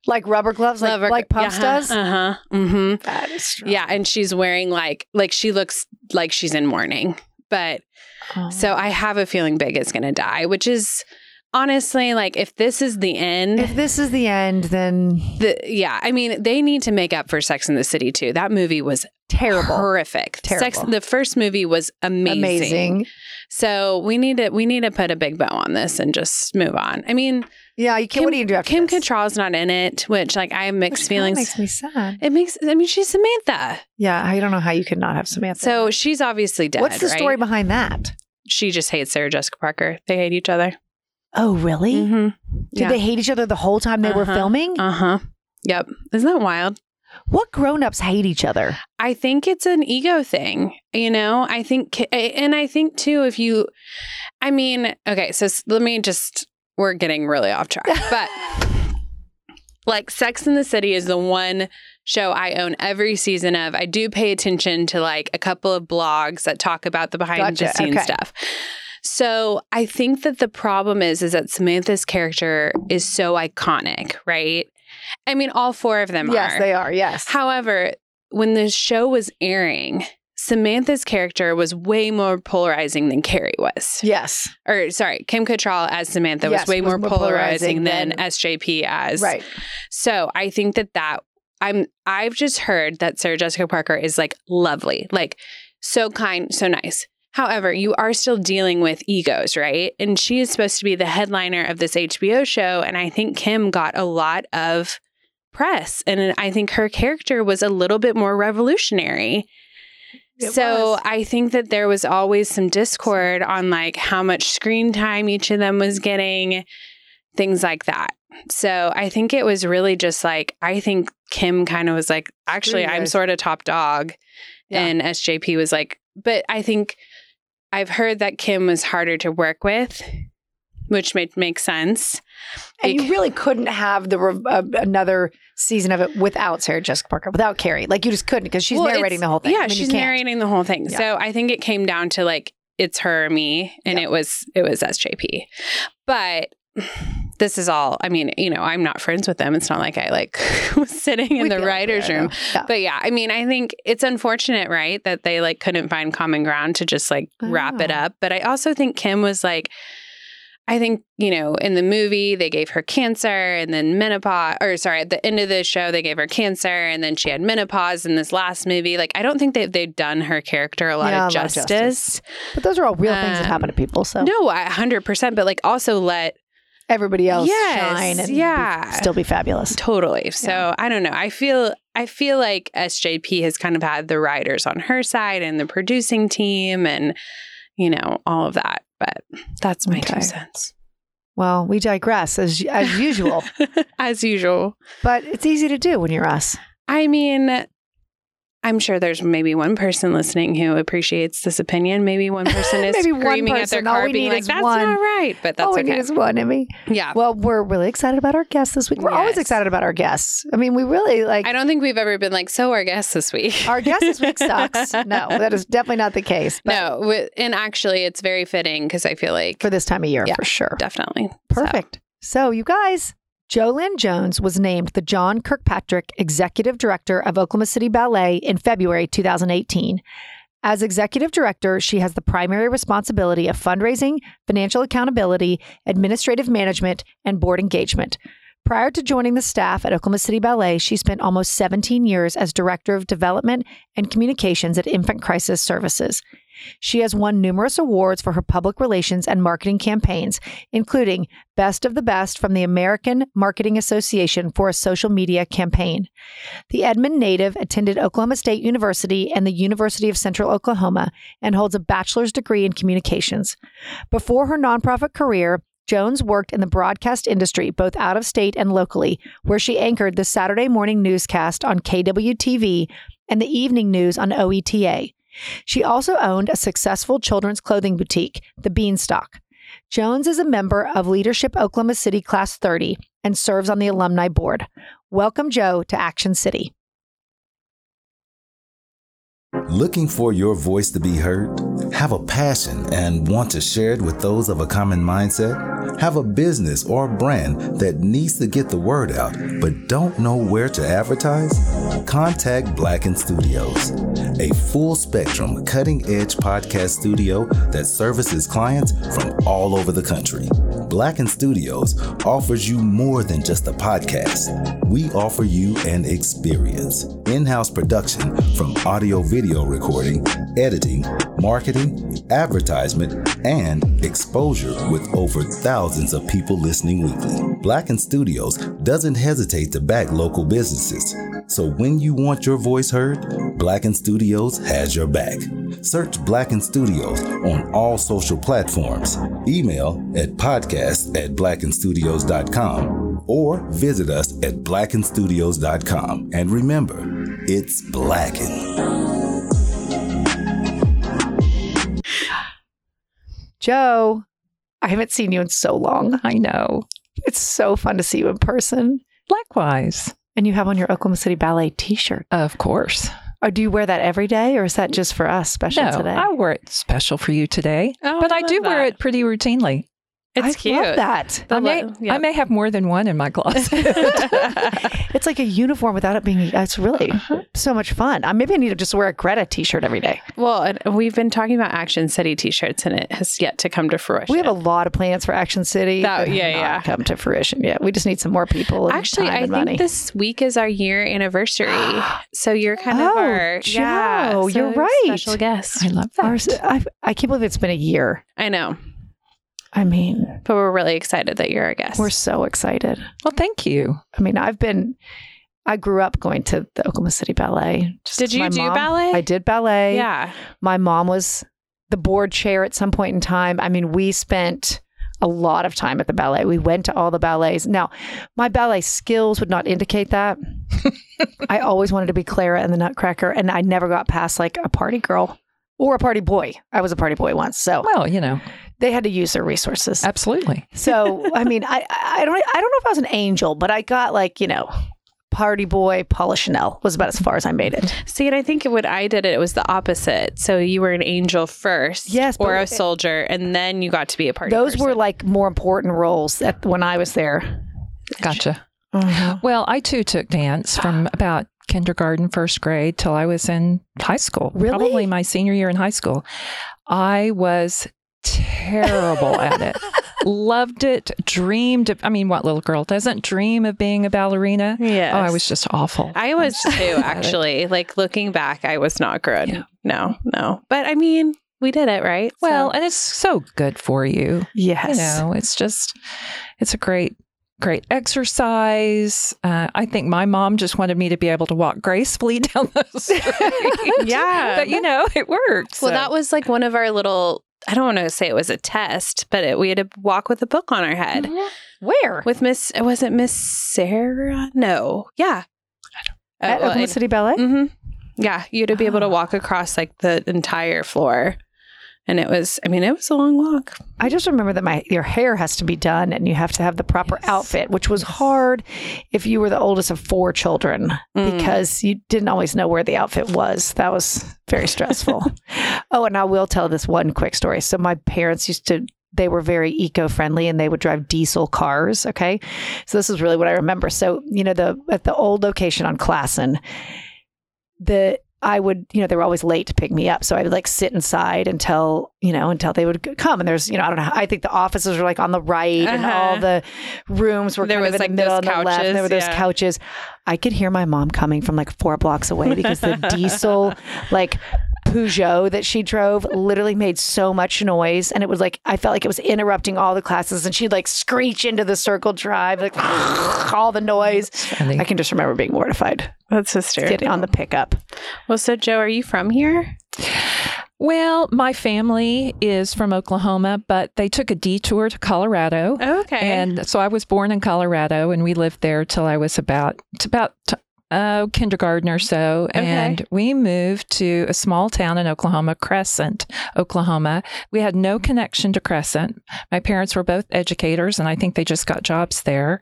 B: like rubber gloves, like,
C: Lover-
B: like Pumps
C: uh-huh,
B: does.
C: Uh-huh. Mhm.
B: That is true.
C: Yeah, and she's wearing like like she looks like she's in mourning. But
B: Oh.
C: so I have a feeling Big is going to die, which is honestly like if this is the
B: if
C: end,
B: this is the end, then
C: the, yeah, I mean they need to make up for Sex in the City too. That movie was
B: terrible.
C: horrific.
B: Terrible.
C: Sex. The first movie was amazing.
B: Amazing.
C: So we need to we need to put a big bow on this and just move on. I mean,
B: Yeah, you can
C: Kim-
B: what do you do after
C: Kim
B: this?
C: Cattrall's not in it, which like I have mixed
B: Which kinda
C: feelings.
B: makes me sad.
C: it makes. I mean, she's Samantha,
B: Yeah, I don't know how you could not have Samantha.
C: so she's obviously dead.
B: what's the
C: right?
B: story behind that?
C: She just hates Sarah Jessica Parker. They hate each other.
B: Oh, really?
C: Mm-hmm.
B: Did
C: Yeah.
B: they hate each other the whole time they were
C: Uh-huh.
B: filming?
C: Uh huh. Yep. Isn't that wild?
B: What grown-ups hate each other?
C: I think it's an ego thing, you know. I think, and I think too, if you, I mean, okay, so s- let me just, we're getting really off track, but like Sex in the City is the one show I own every season of. I do pay attention to like a couple of blogs that talk about the behind the
B: Gotcha,
C: scenes
B: okay.
C: stuff. So I think that the problem is is that Samantha's character is so iconic, right? I mean, all four of them
B: yes,
C: are.
B: they are. Yes.
C: However, when the show was airing, Samantha's character was way more polarizing than Carrie was.
B: yes.
C: Or sorry, Kim Cattrall as Samantha
B: Yes,
C: was way
B: was
C: more,
B: more polarizing
C: polarizing, than,
B: than-
C: SJP as.
B: Right.
C: So I think that that I'm I've just heard that Sarah Jessica Parker is like lovely, like so kind, so nice. However, you are still dealing with egos, right? And she is supposed to be the headliner of this HBO show, and I think Kim got a lot of press, and I think her character was a little bit more revolutionary.
B: It
C: so
B: was.
C: I think that there was always some discord on like how much screen time each of them was getting, things like that. So I think it was really just like I think Kim kind of was like, actually,
B: you
C: I'm
B: guys.
C: sort of top dog,
B: Yeah.
C: and SJP was like, but I think I've heard that Kim was harder to work with, which made makes sense.
B: and
C: Bec-
B: you really couldn't have the rev- uh, another season of it without Sarah Jessica Parker, without Carrie. Like you just couldn't because she's
C: Well,
B: narrating
C: it's-
B: the whole thing.
C: Yeah,
B: I mean, you
C: she's
B: can't.
C: narrating the whole thing.
B: Yeah.
C: So I think it came down to like it's her or me, and
B: Yeah.
C: it was it was SJP. But this is all. I mean, you know, I'm not friends with them. It's not like I like was sitting in
B: We
C: the
B: feel
C: writers'
B: there,
C: room.
B: though. Yeah.
C: But yeah, I mean, I think it's unfortunate, right, that they like couldn't find common ground to just like
B: I
C: wrap it
B: know.
C: up. But I also think Kim was like, I think you know, in the movie they gave her cancer, and then menopause, or sorry, at the end of the show they gave her cancer, and then she had menopause in this last movie. Like, I don't think that they've done her character a lot
B: Yeah, a lot
C: of
B: of
C: justice.
B: justice. But those are all real things that
C: Um,
B: happen to people. So
C: No, I hundred percent. But like, also let
B: everybody else
C: Yes,
B: shine and be-
C: yeah.
B: still be fabulous.
C: Totally. So
B: Yeah.
C: I don't know. I feel I feel like SJP has kind of had the writers on her side and the producing team and you know all of that. But that's my
B: Okay.
C: two cents.
B: Well, we digress as as usual,
C: As usual.
B: but it's easy to do when you're us.
C: I mean, I'm sure there's maybe one person listening who appreciates this opinion. Maybe one person is
B: Maybe one
C: screaming at their
B: person. All
C: car,
B: we
C: being
B: need
C: like,
B: is
C: "That's
B: one."
C: not right," but that's
B: All we
C: okay.
B: need is one Emmy.
C: yeah.
B: Well, we're really excited about our guests this week. We're always
C: Yes.
B: excited about our guests. I mean, we really like
C: I don't think we've ever been like, "So our guest this week."
B: our guest this week sucks. No, that is definitely not the case. But
C: no, wi- and actually, it's very fitting because I feel like
B: for this time of year,
C: Yeah.
B: for sure.
C: definitely
B: Perfect. So, you guys, Jolynn Jones was named the John Kirkpatrick Executive Director of Oklahoma City Ballet in February 2018. As executive director, she has the primary responsibility of fundraising, financial accountability, administrative management, and board engagement. Prior to joining the staff at Oklahoma City Ballet, she spent almost 17 years as Director of Development and Communications at Infant Crisis Services. She has won numerous awards for her public relations and marketing campaigns, including Best of the Best from the American Marketing Association for a social media campaign. The Edmond native attended Oklahoma State University and the University of Central Oklahoma and holds a bachelor's degree in communications. Before her nonprofit career, Jones worked in the broadcast industry, both out of state and locally, where she anchored the Saturday morning newscast on KWTV and the evening news on E OETA. She also owned a successful children's clothing boutique, The Beanstalk. Jones is a member of Leadership Oklahoma City Class 30 and serves on the alumni board. Welcome, Joe, to Action City.
D: Looking for your voice to be heard? Have a passion and want to share it with those of a common mindset? Have a business or brand that needs to get the word out but don't know where to advertise? contact Black and Studios, a full spectrum, cutting edge podcast studio that services clients from all over the country. Black and Studios offers you more than just a podcast. We offer you an experience. In house production from audio video recording, editing, marketing, advertisement, and exposure with over thousands of people listening weekly. Black and Studios doesn't hesitate to back local businesses. So when you want your voice heard, Black and Studios has your back. Search Black and Studios on all social platforms. Email at podcast at blackandstudios.com or visit us at blackandstudios.com. And remember, it's Blackened.
B: Joe, I haven't seen you in so long.
E: I know.
B: It's so fun to see you in person.
E: Likewise.
B: And you have on your Oklahoma City Ballet t shirt.
E: Of course.
B: Or do you wear that every day or is that just for us special
E: no,
B: today?
E: I wore it special for you today,
C: Oh,
E: but
C: I
E: I do
C: love
E: wear
C: that.
E: it pretty routinely.
C: It's
B: I
C: cute.
B: love that.
E: I
C: I
E: may,
C: lo- yeah.
E: I may have more than one in my closet.
B: It's like a uniform without it being, it's really so much fun. Uh, Maybe I need to just wear a Greta t shirt every day.
C: well, and we've been talking about Action City t-shirts, and it has yet to come to fruition.
B: We have a lot of plans for Action City.
C: That-
B: that have
C: yeah,
B: not
C: yeah.
B: Come to fruition yet. We just need some more people. and
C: Actually,
B: time
C: I
B: and
C: think
B: money.
C: this week is our year anniversary. so you're kind of
B: Oh,
C: our yeah.
B: Joe,
C: so
B: you're right.
C: Special guest.
E: I love that.
B: Our, I, I can't believe it's been a year.
C: I know,
B: I mean,
C: but we're really excited that you're our guest.
B: we're so excited.
E: well, thank you.
B: I mean, I've been, I grew up going to the Oklahoma City Ballet. Just
C: Did you
B: my
C: do
B: mom-
C: ballet?
B: I did ballet.
C: Yeah.
B: My mom was the board chair at some point in time. I mean, we spent a lot of time at the ballet. We went to all the ballets. Now, my ballet skills would not indicate that. I always wanted to be Clara and the Nutcracker, and I never got past like a party girl or a party boy. I was a party boy once, so
E: Well, you know,
B: they had to use their resources.
E: absolutely.
B: So I mean, I I don't I don't know if I was an angel, but I got like you know, party boy Paula Chanel was about as far as I made it.
C: See, and I think when I did it, it was the opposite. So you were an angel first,
B: Yes,
C: or
B: but-
C: a soldier, and then you got to be a party.
B: Those were
C: person.
B: like more important roles at, when I was there.
E: Gotcha.
B: Uh-huh.
E: Well, I too took dance from about kindergarten, first grade till I was in high school.
B: Really?
E: Probably my senior year in high school. I was terrible at it. Loved it, dreamed of, I mean, what little girl doesn't dream of being a ballerina?
C: Yes.
E: Oh, I was just awful.
C: I was too, actually. Like looking back, I was not good. No, no. But I mean, we did it, right? So-
E: well, and it's so good for you.
B: Yes.
E: You know, it's just, it's a great, great exercise. Uh, I think my mom just wanted me to be able to walk gracefully down the street.
C: yeah.
E: but you know, it works.
C: well, that was like one of our little. I don't want to say it was a test, but it, we had to walk with a book on our head
B: Where?
C: with Miss. Was it Miss Sarah? No. Yeah. Uh,
B: at
C: well,
B: Oklahoma
C: it-
B: City Ballet.
C: hmm Yeah, you had to be able to
E: Ah.
C: walk across like the entire floor, and it was. I mean, it was a long walk.
B: I just remember that my your hair has to be done and you have to have the proper
E: Yes.
B: outfit, which was hard if you were the oldest of four children
C: Mm.
B: because you didn't always know where the outfit was. That was very stressful. oh, and I will tell this one quick story. So my parents used to they were very eco-friendly and they would drive diesel cars, okay? So this is really what I remember. So, you know, the at the old location on Classen, the I would, you know, they were always late to pick me up. So I would like sit inside until, you know, until they would c- come. And there's, you know, I don't know. I think the offices were like on the right and
C: Uh-huh.
B: all the rooms were
C: There
B: kind of in
C: was, like,
B: the middle
C: those
B: and the left. And there were
C: couches,
B: those
C: yeah.
B: couches. I could hear my mom coming from like four blocks away because the diesel, like, Peugeot that she drove literally made so much noise and it was like I felt like it was interrupting all the classes and she'd like screech into the circle drive like all the noise.
E: funny.
B: I can just remember being mortified
C: That's hysterical.
B: getting on the pickup.
C: Well, so Joe, are you from here?
E: Well, my family is from Oklahoma, but they took a detour to Colorado.
C: Okay.
E: And so I was born in Colorado and we lived there till I was about t- about t- uh, kindergarten or so.
C: Okay.
E: And we moved to a small town in Oklahoma, Crescent, Oklahoma. We had no connection to Crescent. My parents were both educators and I think they just got jobs there.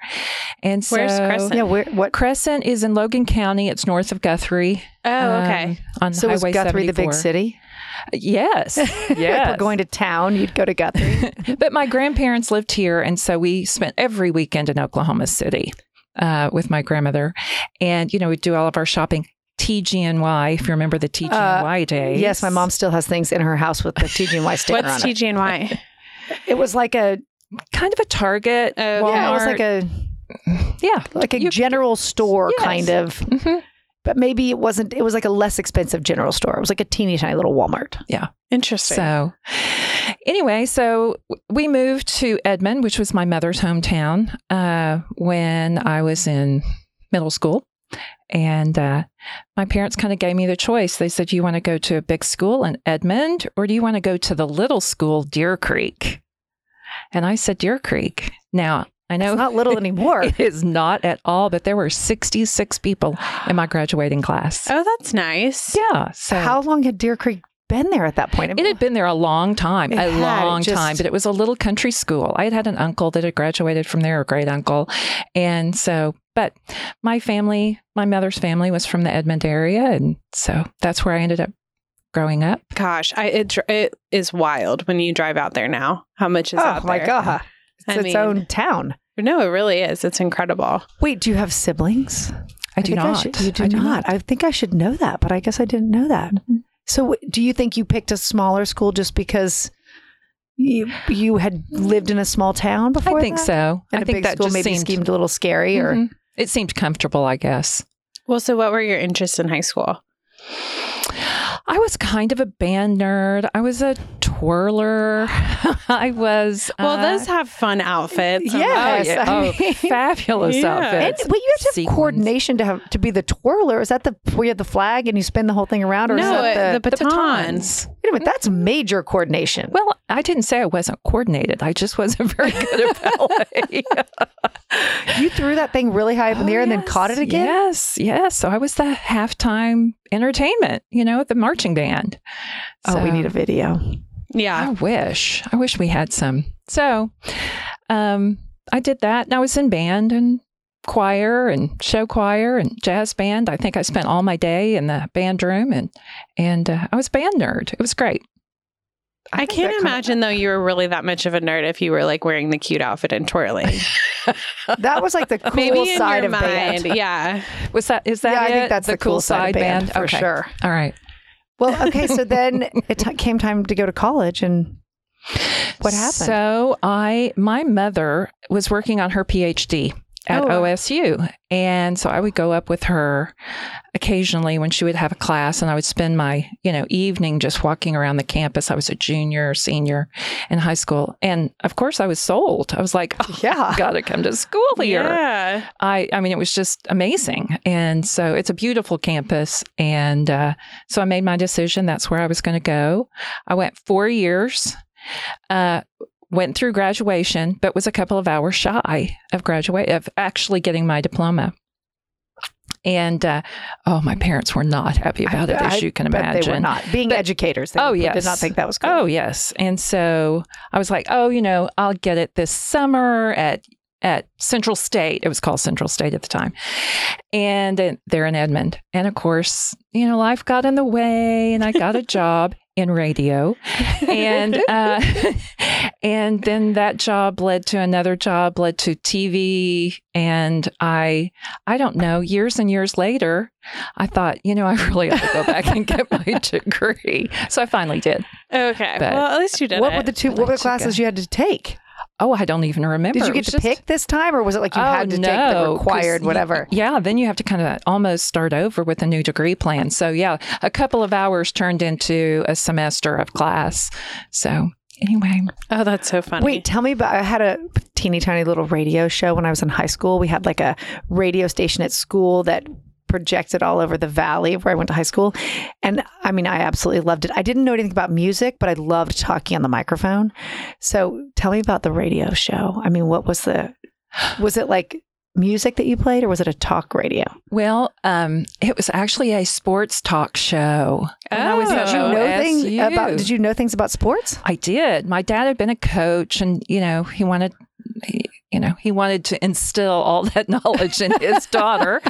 E: And so
C: Where's Crescent?
B: Yeah, where what
E: Crescent is in Logan County. It's north of Guthrie.
C: oh, okay.
E: um, on
B: So was
E: Highway
B: Guthrie the big
E: 74.
B: city?
E: Yes.
B: Like
E: yes.
B: we're going to town, you'd go to Guthrie.
E: but my grandparents lived here, and so we spent every weekend in Oklahoma City. uh, with my grandmother, and you know we'd do all of our shopping. TGNY, if you remember the TGNY
B: Uh,
E: days.
B: Yes, my mom still has things in her house with the TGNY sticker
C: What's
B: on it.
C: TGNY?
B: It was like a
E: kind of a Target.
C: Oh,
E: Walmart.
B: yeah, it was like a
E: yeah,
B: like a
E: You-
B: general store
E: Yes.
B: kind of.
E: Mhm.
B: But maybe it wasn't. It was like a less expensive general store. It was like a teeny tiny little Walmart.
C: Interesting.
E: So, anyway, so w- we moved to Edmond, which was my mother's hometown, uh, when I was in middle school. And uh, my parents kind of gave me the choice. They said, You want to go to a big school in Edmond, or do you want to go to the little school, Deer Creek? And I said, Deer Creek. Now, I know
B: It's not little anymore.
E: it is not at all, but there were 66 people in my graduating class.
C: oh, that's nice.
E: Yeah. So,
B: How long had Deer Creek been there at that point?
E: it had been there a long time,
B: It
E: a
B: had, it
E: long
B: just-
E: time, but it was a little country school. I had had an uncle that had graduated from there, a great uncle. And so, but my family, my mother's family was from the Edmond area. And so that's where I ended up growing up.
C: Gosh, I it, dr- it is wild when you drive out there now. How much is
B: oh
C: out
B: my
C: there?
B: god! It's
C: I
B: its
C: mean-
B: own town.
C: No, it really is. It's incredible.
B: Wait, do you have siblings?
E: I, do
B: think
E: not.
B: should- you do,
E: I
B: not. I think I should know that, but I guess I didn't know that.
E: Mhm.
B: So, w- do you think you picked a smaller school just because you you had lived in a small town before?
E: I think
B: that?
E: so.
B: And
E: I
B: a
E: think
B: big
E: that
B: school
E: just
B: maybe
E: seemed,
B: seemed Mm-hmm. a little scary, or
E: Mhm. it seemed comfortable, I guess.
C: Well, so what were your interests in high school?
E: I was kind of a band nerd. I was a twirler. I was.
C: Well,
E: uh,
C: those have fun outfits.
B: Yes,
E: yeah.
B: I
E: Oh,
B: mean-
E: fabulous
C: Yeah.
B: And,
E: outfits.
B: well, you have to have
E: sequins.
B: coordination to have to be the twirler. Is that the where you have the flag and you spin the whole thing around, or is
C: No,
B: that
C: it-
B: the,
C: the baton.
B: wait a minute? That's major coordination.
E: Well, I didn't say I wasn't coordinated. I just wasn't very good at ballet.
B: you threw that thing really high up in the air and then caught it again.
E: Oh, Yes, yes. So I was the halftime entertainment, you know, the marching band.
B: Oh, we
E: So-
B: need a video.
E: I
B: Oh,
C: Yeah.
E: wish. I wish we had some. So um, I did that and I was in band and choir and show choir and jazz band. I think I spent all my day in the band room and and uh, I was a band nerd. It was great.
C: I can't imagine though you were really that much of a nerd if you were like wearing the cute outfit and twirling.
B: That was like the cool
C: Maybe in
B: side
C: your
B: of band.
C: mind. Yeah.
E: Was that is that
B: yeah, I
E: it?
B: think that's the, cool, side, band, for
E: Okay.
B: sure.
E: All right.
B: Well, okay, so then it t- came time to go to college, and what happened?
E: So I, my mother was working on her PhD at
B: Oh, wow.
E: OSU, and so I would go up with her occasionally when she would have a class, and I would spend my you know evening just walking around the campus. I was a junior, senior in high school, and of course I was sold. I was like, oh,
B: yeah,
E: got to come to school here.
C: Yeah.
E: I, I mean, it was just amazing. And so it's a beautiful campus. And uh, so I made my decision. That's where I was going to go. I went four years, uh, went through graduation, but was a couple of hours shy of graduate of actually getting my diploma. And uh, oh, my parents were not happy about it,
B: I-
E: as you can
B: but
E: imagine.
B: they were not being
E: But-
B: educators. They
E: Oh,
B: did
E: yes.
B: not think that was cool.
E: Oh yes. And so I was like, oh, you know, I'll get it this summer at at Central State. It was called Central State at the time. And uh, they're in Edmond. And of course, you know, life got in the way and I got a job in radio. And uh, and then that job led to another job, led to TV. And I I don't know, years and years later, I thought, you know, I really ought to go back and get my degree. So I finally did.
C: Okay.
E: But-
C: well, at least you did
B: what
C: it.
B: were the two?
E: But
B: What were
E: I
B: the
E: took
B: classes you had to take?
E: Oh, I don't even remember.
B: Did you
E: It
B: get
E: was
B: to
E: just-
B: pick this time, or was it like you
E: Oh,
B: had to take the
E: no, 'cause
B: required
E: y-
B: whatever?
E: Yeah, then you have to kind of almost start over with a new degree plan. So, yeah, a couple of hours turned into a semester of class. So, anyway,
C: oh, that's so funny.
B: Wait, tell me about. I had a teeny tiny little radio show when I was in high school. We had like a radio station at school that projected all over the valley where I went to high school. And I mean, I absolutely loved it. I didn't know anything about music, but I loved talking on the microphone. So tell me about the radio show. I mean, what was the, was it like music that you played or was it a talk radio?
E: well, um, it was actually a sports talk show. And I was
C: Oh.
E: at
C: Did you
B: know things
E: OSU.
B: about, did you know things about sports?
E: I did. My dad had been a coach, and you know, he wanted. He, you know, he wanted to instill all that knowledge in his daughter.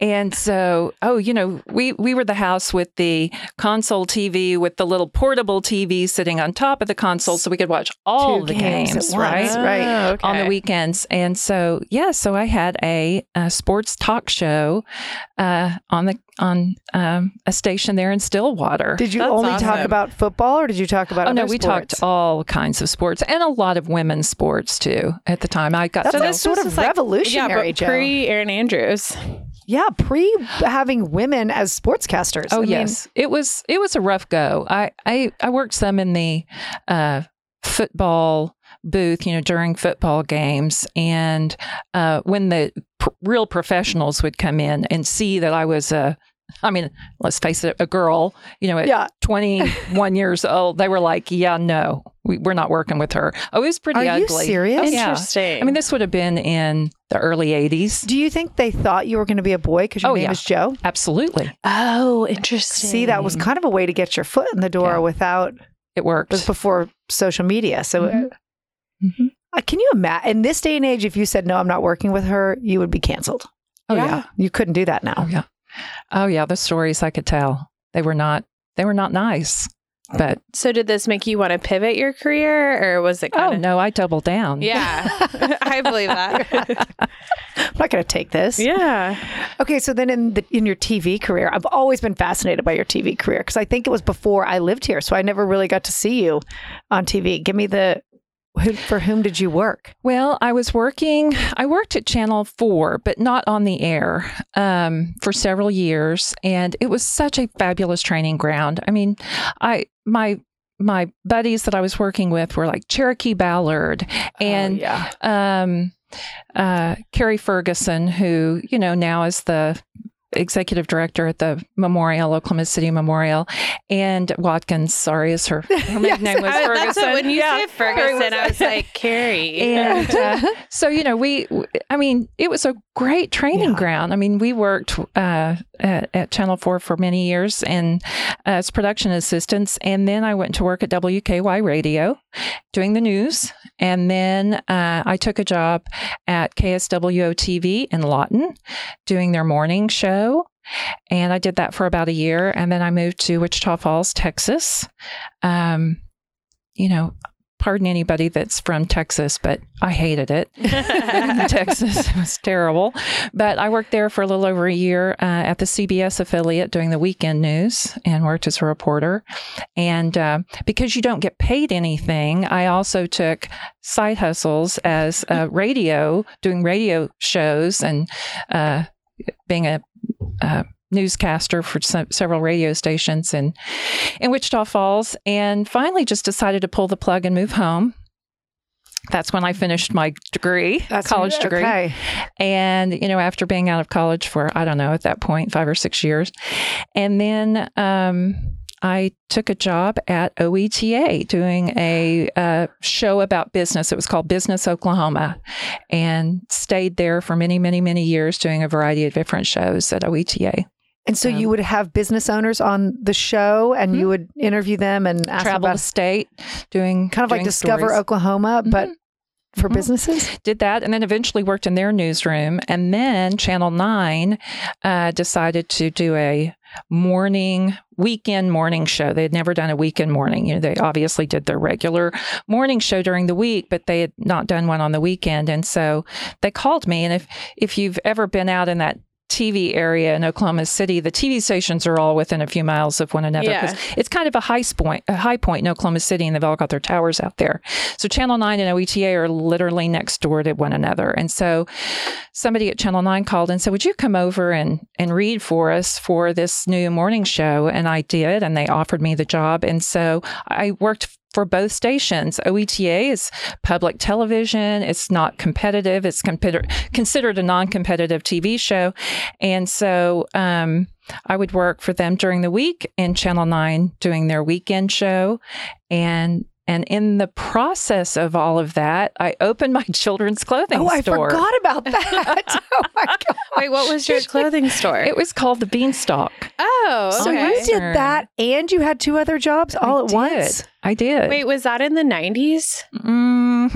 E: And so, oh, you know, we we were the house with the console TV with the little portable TV sitting on top of the console so we could watch all
B: Two
E: the
B: games
E: games,
B: at
E: right?
B: once, right.
F: Oh, okay.
E: On the weekends. And so, yeah, so I had a, uh sports talk show uh, on the on um, a station there in Stillwater.
B: Did you
F: That's
B: only talk
F: awesome.
B: about football or did you talk about
E: Oh no,
B: other
E: we
B: sports?
E: talked all kinds of sports and a lot of women's sports too. At the time, I got
B: That's
E: so
B: so
E: this
B: sort
F: is
B: of
F: like-
B: revolutionary,
F: yeah, but
B: Joe.
F: pre Aaron Andrews.
B: yeah, pre having women as sportscasters.
E: Oh
B: I mean,
E: yes, it was it was a rough go. I I, I worked some in the uh, football booth, you know, during football games, and uh, when the pr- real professionals would come in and see that I was a, I mean, let's face it, a girl, you know, at
B: Yeah.
E: 21 years old, they were like, yeah, no, we, we're not working with her. Oh, it was pretty
B: Are you
E: ugly.
B: serious?
E: Yeah.
F: Interesting.
E: I mean, this would have been in the early 80s.
B: Do you think they thought you were going to be a boy because your
E: Oh,
B: name
E: yeah.
B: is Joe?
E: Absolutely.
C: Oh, interesting.
B: See, that was kind of a way to get your foot in the door
E: Yeah.
B: without
E: It
B: it was
E: worked.
B: before social media. So uh
E: Mhm. Mhm.
B: uh, can you imagine in this day and age if you said no, I'm not working with her, you would be canceled.
E: Oh, yeah.
B: You couldn't do that
E: Oh
B: now.
E: yeah. Oh yeah, the stories I could tell. They were not they were not nice. But
F: so did this make you want to pivot your career, or was it?
E: oh
F: Kind of,
E: no, I doubled down.
F: Yeah, I believe that.
B: I'm not going to take this.
F: yeah.
B: Okay, so then in the in your TV career, I've always been fascinated by your TV career because I think it was before I lived here, so I never really got to see you on TV. Give me the who, for whom did you work?
E: Well, I was working I worked at Channel 4, but not on the air um, for several years and it was such a fabulous training ground. I mean, I my my buddies that I was working with were like Cherokee Ballard
B: Oh,
E: and
B: yeah,
E: um, uh, Carrie Ferguson, who you know now is the executive director at the Memorial, Oklahoma City Memorial, and Watkins. Sorry, is her, her
B: Yes.
E: nickname was
F: I-
E: Ferguson.
F: that's what, when you
E: Yeah.
F: said Ferguson, I was like Carrie.
E: And uh, so, you know, we, I mean, it was a great training
B: Yeah.
E: ground. I mean, we worked uh, at, at Channel 4 for many years and uh, as production assistants. And then I went to work at WKY Radio doing the news. And then uh, I took a job at KSWO TV in Lawton doing their morning show. And I did that for about a year. And then I moved to Wichita Falls, Texas. Um, you know, pardon anybody that's from Texas, but I hated it. Texas it was terrible. But I worked there for a little over a year uh, at the CBS affiliate doing the weekend news and worked as a reporter. And uh, because you don't get paid anything, I also took side hustles as uh, radio, doing radio shows and uh, being a uh, newscaster for se- several radio stations in in Wichita Falls, and finally just decided to pull the plug and move home. That's when I finished my degree, college degree.
B: Okay.
E: And, you know, after being out of college for, I don't know, at that point, five or six years. And then um, I took a job at OETA doing a uh, show about business. It was called Business Oklahoma and stayed there for many, many, many years doing a variety of different shows at E OETA.
B: And so
E: Um, Hmm.
B: you would have business owners on the show, and you would interview them and ask them
E: Travel
B: about
E: the state, doing
B: kind of like
E: doing
B: Discover
E: stories. Mm-hmm.
B: Oklahoma, but for
E: Mhm.
B: businesses.
E: did that and then eventually worked in their newsroom and then channel 9 uh, decided to do a morning weekend morning show they had never done a weekend morning you know they obviously did their regular morning show during the week but they had not done one on the weekend and so they called me and if if you've ever been out in that TV area in Oklahoma City, the TV stations are all within a few miles of one another
F: Yeah.
E: 'cause it's kind of a high point, a high point in Oklahoma City, and they've all got their towers out there. So Channel Nine and OETA are literally next door to one another. And so somebody at Channel Nine called and said, "Would you come over and and read for us for this new morning show?" And I did, and they offered me the job. And so I worked. For both stations, OETA is public television. It's not competitive. It's consider- considered a non-competitive TV show, and so um, I would work for them during the week in Channel 9 doing their weekend show and and in the process of all of that, I opened my children's clothing
B: Oh, I
E: store.
B: forgot about that. oh my god!
F: Wait, what was your clothing store?
E: It was called the Beanstalk.
F: oh,
B: So
F: okay.
B: you did
E: Turn.
B: that, and you had two other jobs all
E: I
B: at
E: did.
B: once.
E: I did.
F: Wait, was that in the nineties?
E: hmm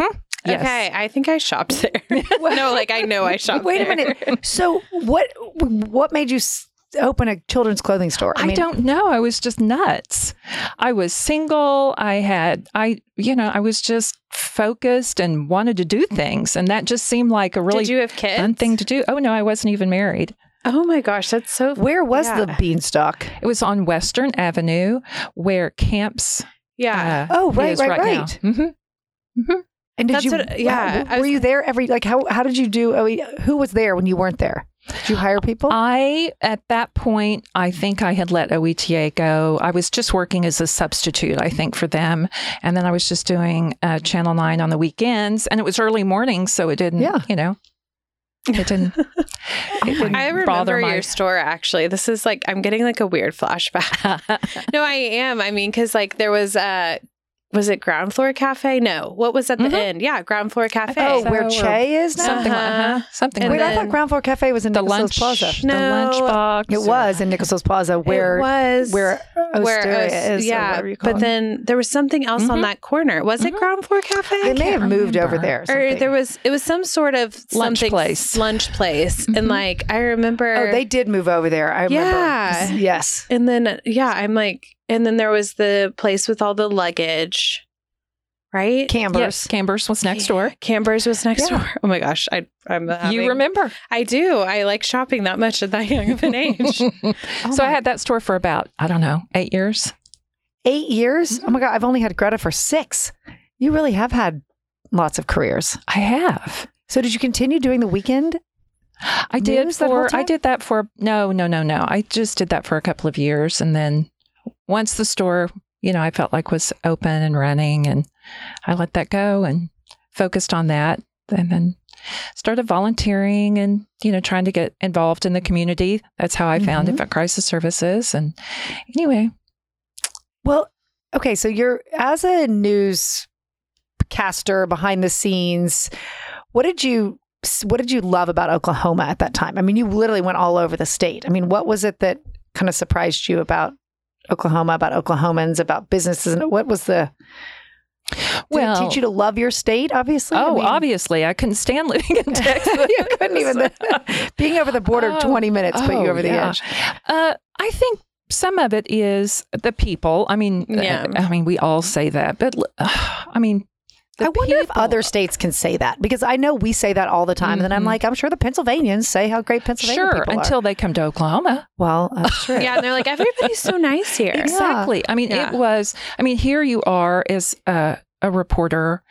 E: Yes.
F: Okay, I think I shopped there. no, like I know I shopped.
B: Wait a
F: there.
B: minute. So what? What made you s- open a children's clothing store?
E: I, don't know. I was just nuts. I was single. I had, I, you know, I was just focused and wanted to do things. And that just seemed like a really
F: Did you have kids?
E: fun thing to do. Oh, no, I wasn't even married.
F: Oh my gosh, that's so.
B: Where was
F: Yeah.
B: the beanstalk?
E: It was on Western Avenue where Camps
F: Yeah.
E: uh,
B: Oh, right,
E: is
B: right,
E: right,
B: right.
E: now. Mhm.
B: And did
F: That's
B: you?
F: what- yeah,
B: wow,
F: I
B: were
F: was-
B: you there every? Like how? How did you do? I mean, who was there when you weren't there? Did you hire people?
F: Um,
E: I, at that point, I think I had let OETA go. I was just working as a substitute, I think, for them. And then I was just doing uh, Channel 9 on the weekends. And it was early morning, so it didn't,
B: Yeah.
E: you know, it didn't, it didn't
F: I
E: bother
F: remember
E: my.
F: your store actually. This is like I'm getting like a weird flashback. no, I am. I mean, because like there was uh was it ground floor cafe? No, what was at the
E: Mhm.
F: end? Yeah, ground floor cafe.
B: oh,
E: so-
B: where Che is now?
E: Something like
F: Uh-huh.
E: uh something
F: And
E: like
B: Wait, I
E: that.
B: thought Ground Floor Cafe was in
E: The
B: Nichols
E: lunch,
B: Plaza.
E: the
F: No,
E: lunch box.
B: It was in Nichols Plaza Oh, where
F: it was
B: where Osteria
F: Os-
B: is. or
F: Yeah,
B: whatever you call
F: but
B: it.
F: then there was something else on
E: Mhm.
F: that corner. Was it
E: Mhm.
F: ground floor cafe?
B: they may have moved over
E: remember.
B: there. Or
F: or
B: something.
F: there was it was some sort of
E: Lunch
F: something-
E: place.
F: lunch place, and
E: Mhm.
F: like I remember.
B: oh, they did move over there. I remember.
F: Yeah.
B: Yes.
F: And then uh, yeah, I'm like, and then there was the place with all the luggage, right?
B: Cambers.
E: Yes, Cambers was next door.
F: Cambers was next
B: Yeah.
F: door. Oh my gosh, I I'm having,
E: You remember.
F: I do. I like shopping that much at that young of an age.
B: Oh
E: so I
B: my-
E: had that store for about, I don't know, eight years.
B: eight years. Oh my God. I've only had Greta for six. You really have had lots of careers.
E: I have.
B: So did you continue doing the weekend?
E: I did
B: News that whole
E: for I
B: time?
E: did that for no, no, no, no. I just did that for a couple of years and then once the store, you know, I felt like was open and running and I let that go and focused on that and then started volunteering and you know trying to get involved in the community. That's how I found
B: Mhm.
E: Infant Crisis Services and anyway,
B: Well, okay. So you're as a news caster behind the scenes. What did you what did you love about Oklahoma at that time? I mean, you literally went all over the state. I mean, what was it that kind of surprised you about Oklahoma, about Oklahomans, about businesses, and what was the did
E: Well-
B: it teach you to love your state? Obviously, I
E: oh,
B: mean-
E: obviously I couldn't stand living in Texas.
B: you couldn't even being over the border
E: Oh,
B: twenty minutes put you
E: oh,
B: over the
E: yeah.
B: edge.
E: Uh, I think some of it is the people. I mean,
F: Yeah.
E: uh, I mean, we all say that, but l I mean, the
B: I wonder if
E: people-
B: other states can say that because I know we say that all the time. And then I'm
E: Mhm.
B: like, I'm sure the Pennsylvanians say how great Pennsylvania
E: sure
B: people
E: until
B: are.
E: they come to Oklahoma.
B: Well, uh, that's true.
F: yeah, and they're like, everybody's so nice here.
E: Exactly. I mean,
F: Yeah.
E: it was. I mean, here you are as a, a reporter.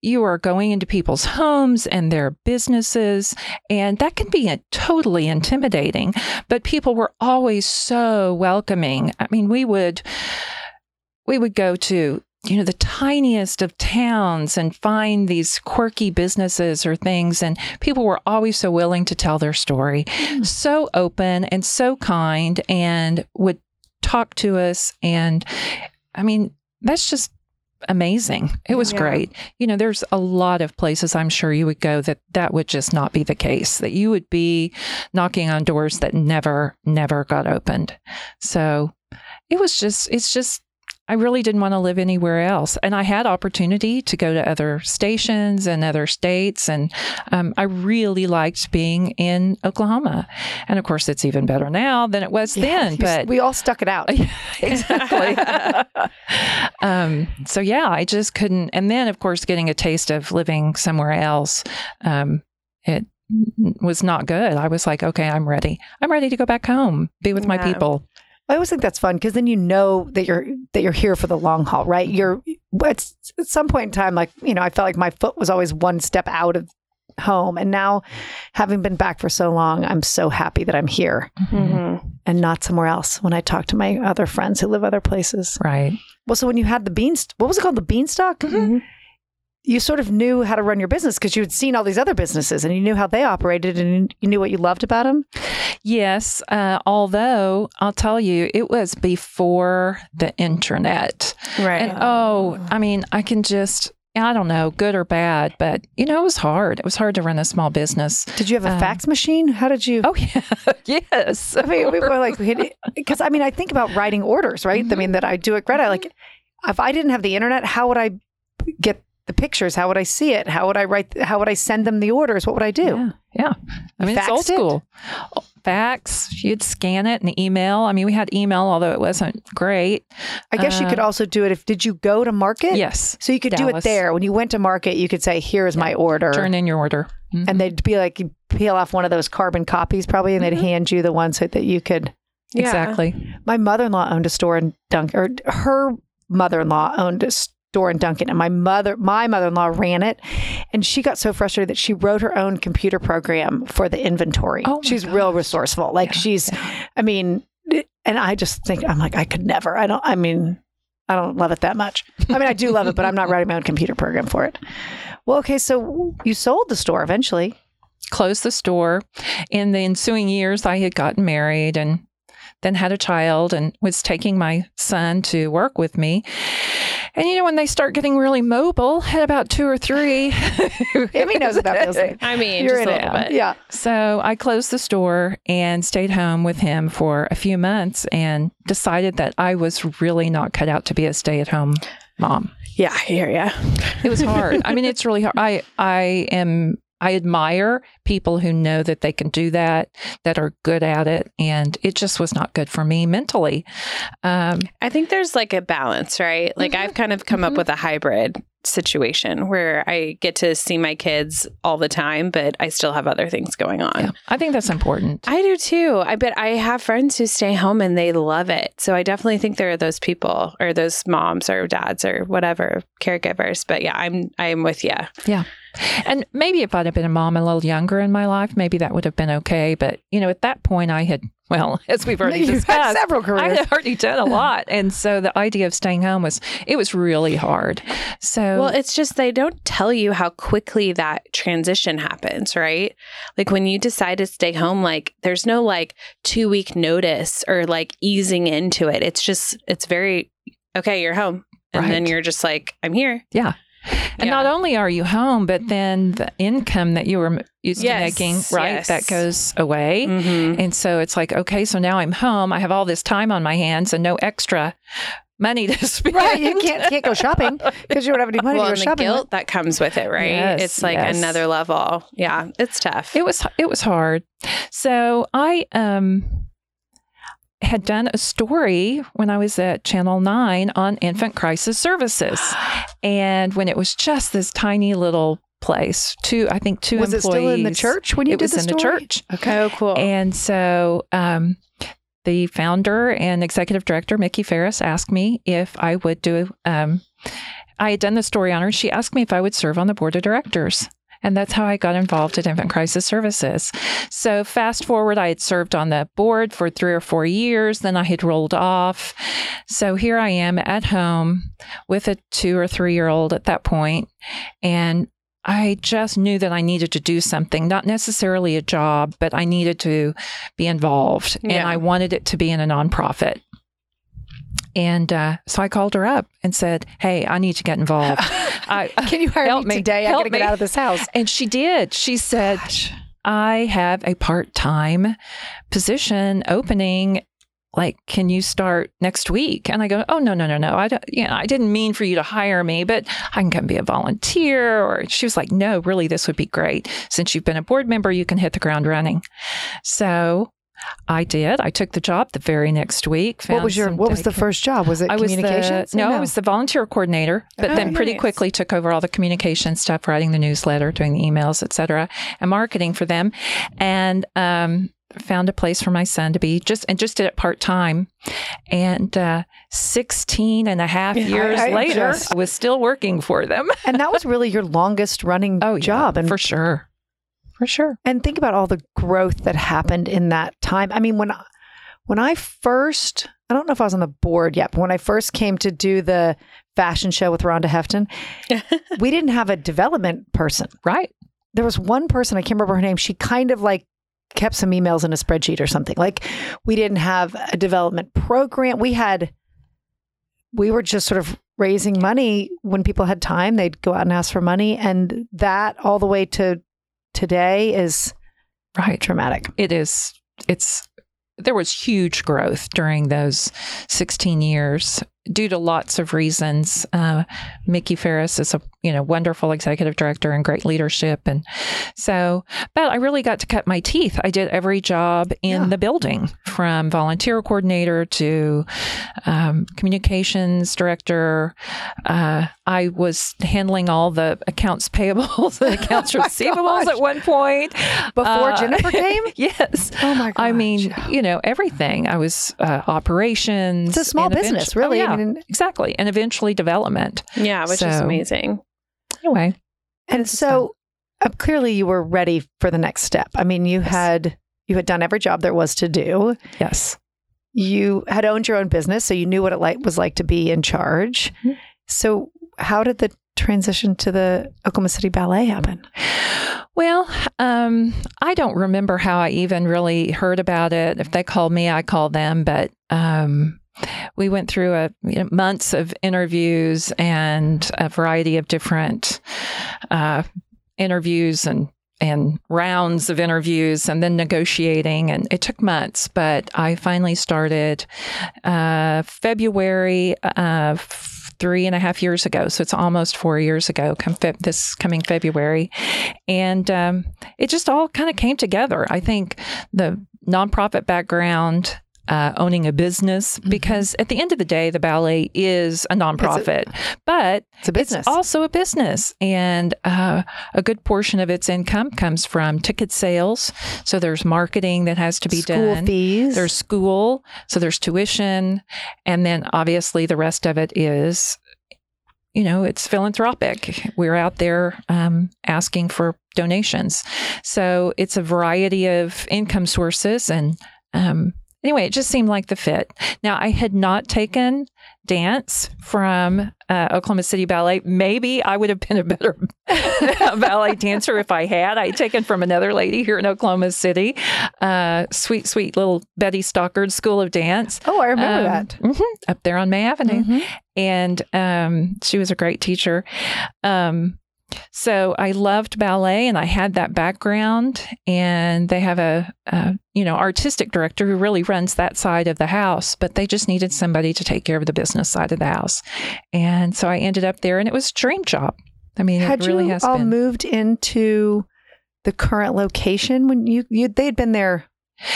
E: You are going into people's homes and their businesses, and that can be uh, totally intimidating. But people were always so welcoming. I mean, we would we would go to you know the tiniest of towns and find these quirky businesses or things and people were always so willing to tell their story so open and so kind and would talk to us and i mean that's just amazing it was
F: Yeah.
E: great you know there's a lot of places i'm sure you would go that that would just not be the case that you would be knocking on doors that never never got opened so it was just it's just I really didn't want to live anywhere else. And I had opportunity to go to other stations and other states. And um, I really liked being in Oklahoma. And of course, it's even better now than it was
B: Yeah,
E: then.
B: you-
E: But
B: we all stuck it out.
E: exactly. um, so, yeah, I just couldn't. And then, of course, getting a taste of living somewhere else, um, it was not good. I was like, okay, I'm ready. I'm ready to go back home, be with my
F: Yeah.
E: people.
B: I always think that's fun because then you know that you're that you're here for the long haul, right? You're at, at some point in time, like you know, I felt like my foot was always one step out of home, and now having been back for so long, I'm so happy that I'm here
F: Mhm.
B: and not somewhere else. When I talk to my other friends who live other places,
E: Right.
B: well, so when you had the beanst, what was it called, the beanstalk?
E: Mm-hmm.
F: Mhm.
B: You sort of knew how to run your business because you had seen all these other businesses and you knew how they operated and you knew what you loved about them.
E: Yes, uh, although I'll tell you, it was before the internet.
F: Right.
E: And oh, I mean, I can just, I don't know, good or bad, but you know, it was hard. It was hard to run a small business.
B: Did you have a
E: Um,
B: fax machine? How did you?
E: Oh, yeah. yes.
B: I mean, we were like, because I mean, I think about
E: Mm-hmm.
B: writing orders, right? I mean, that I do at Greta. Like, if I didn't have the internet, how would I get the pictures? How would I see it? How would I write? How would I send them the orders? What would I do?
E: Yeah. yeah. I mean, it's old
B: Faxed it?
E: school. Fax, you'd scan it and email. I mean, we had email, although it wasn't great.
B: I guess you could also do it if did you go to market?
E: Yes.
B: So you could do it
E: Uh. Dallas.
B: there. When you went to market, you could say, "Here's my order,"
E: Turn in your order. Mhm.
B: and they'd be like, you peel off one of those carbon copies probably, and they'd
E: Mm-hmm.
B: hand you the one so that you could.
F: Yeah.
E: Exactly.
B: My mother-in-law owned a store in Duncan, or her mother-in-law owned a store in Duncan, and my mother, my mother-in-law ran it, and she got so frustrated that she wrote her own computer program for the inventory.
E: Oh my
B: she's real resourceful. Like
E: Yeah,
B: she's, I mean, it- and I just think I'm like I could never. I don't. I mean. I don't love it that much. I mean, I do love it, but I'm not writing my own computer program for it. Well, okay, so you sold the store eventually.
E: Closed the store. In the ensuing years, I had gotten married and then had a child and was taking my son to work with me. And you know, when they start getting really mobile at about two or three,
B: Emmy knows about those things.
F: I mean,
B: You're
F: just
B: in
F: a
B: it.
F: little bit.
B: Yeah.
E: So I closed the store and stayed home with him for a few months and decided that I was really not cut out to be a stay at home mom.
F: Yeah, I hear ya.
E: It was hard. I mean, it's really hard. I, I am, I admire people who know that they can do that, that are good at it. And it just was not good for me mentally. Um,
F: I think there's like a balance, right? Like I've kind of come up
C: Mhm.
F: with a hybrid situation where I get to see my kids all the time, but I still have other things going on.
E: yeah, I think that's important.
F: I do too. I bet I have friends who stay home and they love it. So I definitely think there are those people or those moms or dads or whatever caregivers. But yeah, I'm I'm with you.
E: And maybe if I'd have been a mom a little younger in my life, maybe that would have been okay. But, you know, at that point, I had, well, as we've already
B: You've had
E: discussed,
B: several
E: I
B: careers.
E: had already done a lot. And so the idea of staying home was, it was really hard. So,
F: Well, it's just they don't tell you how quickly that transition happens, right? Like when you decide to stay home, like there's no like two week notice or like easing into it. It's just, it's very, okay, you're home. And then
E: Right.
F: you're just like, I'm here.
E: and
F: yeah.
E: not only are you home, but then the income that you were m- used
F: Yes,
E: to making, right,
F: yes.
E: that goes away.
F: Mm-hmm.
E: And so it's like, okay, so now I'm home. I have all this time on my hands and no extra money to spend.
B: Right. You can't can't go shopping because you don't have any money
F: Well,
B: to
F: and
B: go
F: the
B: shopping. with.
F: guilt that comes with it, right?
E: Yes,
F: it's like
E: yes.
F: another level. Yeah, it's tough.
E: It was it was hard. So I um had done a story when I was at Channel 9 on infant crisis services. And when it was just this tiny little place, two I think two
B: was it
E: employees.
B: still in the church when you
E: it
B: did
E: was
B: the
E: in the
B: story?
E: church.
B: Okay. Oh, cool.
E: And so um the founder and executive director Mickey Ferris asked me if I would do um I had done the story on her. She asked me if I would serve on the board of directors. And that's how I got involved at Infant Crisis Services. So, fast forward, I had served on the board for three or four years, then I had rolled off. So, here I am at home with a two or three year old at that point, And I just knew that I needed to do something, not necessarily a job, but I needed to be involved. And
F: Yeah.
E: I wanted it to be in a nonprofit. And uh, so I called her up and said, Hey, I need to get involved. I,
B: Can you hire
E: Help
B: me
E: me.
B: today? I
E: Help
B: gotta get
E: me.
B: out of this house.
E: and she did. She said, I have a part time position opening. Like, can you start next week? And I go, Oh, no, no, no, no. I don't, you know, I didn't mean for you to hire me, but I can come be a volunteer. Or she was like, No, really, this would be great. Since you've been a board member, you can hit the ground running. So I did. I took the job the very next week.
B: What
E: found
B: was your
E: some
B: What was the
E: dedicated-
B: first job? Was it
E: I was the,
B: communications? or
E: no, I was the volunteer coordinator, but
B: Okay.
E: then pretty
F: Nice.
E: quickly took over all the communication stuff, writing the newsletter, doing the emails, et cetera, and marketing for them, and um, found a place for my son to be just and just did it part time, and uh, 16 and a half
F: Yeah, I-
E: years
B: I
E: later,
B: just-
E: I was still working for them.
B: and that was really your longest running
E: Oh, yeah,
B: job. And
E: for sure, for sure.
B: and think about all the growth that happened in that time. I mean, when I- when I first, I don't know if I was on the board yet, but when I first came to do the fashion show with Rhonda Hefton, we didn't have a development person.
E: Right.
B: there was one person I can't remember her name. She kind of like kept some emails in a spreadsheet or something. Like we didn't have a development program. We had we were just sort of raising money when people had time. They'd go out and ask for money, and that all the way to today is
E: Right.
B: traumatic.
E: It is. It's. There was huge growth during those 16 years due to lots of reasons. Uh, Mickey Ferris is a you know wonderful executive director and great leadership, and so. But I really got to cut my teeth. I did every job in
B: Yeah.
E: the building, from volunteer coordinator to um, communications director. Uh, I was handling all the accounts payables, the accounts
B: Oh my
E: receivables
B: gosh.
E: at one point
B: Before
E: Uh,
B: Jennifer came?
E: Yes.
B: Oh my
E: I
B: gosh.
E: mean, you know, everything. I was uh, operations.
B: It's a small
E: and eventu-
B: business,
E: Oh,
B: really.
E: yeah,
B: I mean,
E: exactly. And eventually development.
F: Yeah, which is
E: So-
F: amazing.
E: Anyway,
B: and so uh, clearly you were ready for the next step. I mean, you had you had done every job there was to do.
E: yes.
B: You had owned your own business, so you knew what it like, was like to be in charge.
E: Mhm.
B: So, how did the transition to the Oklahoma City Ballet happen?
E: Well, um, I don't remember how I even really heard about it. If they called me, I called them. But um, we went through a you know, months of interviews and a variety of different uh, interviews and and rounds of interviews and then negotiating and it took months but i finally started uh, february uh, f- three and a half years ago so it's almost four years ago come Feb this coming february and um, it just all kind of came together i think the nonprofit background uh, owning a business because at the end of the day the ballet is a nonprofit but
B: It's a business.
E: also a business, and uh, a good portion of its income comes from ticket sales. So there's marketing that has to be
B: school
E: done.
B: fees.
E: There's school, so there's tuition, and then obviously the rest of it is, you know, it's philanthropic. We're out there um, asking for donations, so it's a variety of income sources. And um, anyway, it just seemed like the fit. Now I had not taken dance from uh, Oklahoma City Ballet. Maybe I would have been a better ballet dancer if I had. I'd taken from another lady here in Oklahoma City, uh, sweet, sweet little Betty Stockard School of Dance.
B: oh, I remember
E: Um, mm-hmm.
B: that.
E: mhm, up there on May Avenue
B: Mhm.
E: and um, she was a great teacher. Um, so I loved ballet, and I had that background. And they have a, a you know artistic director who really runs that side of the house, but they just needed somebody to take care of the business side of the house. And so I ended up there, and it was a dream job. I mean,
B: Had
E: it really
B: you
E: has
B: all
E: been.
B: moved into the current location when you, you they'd been there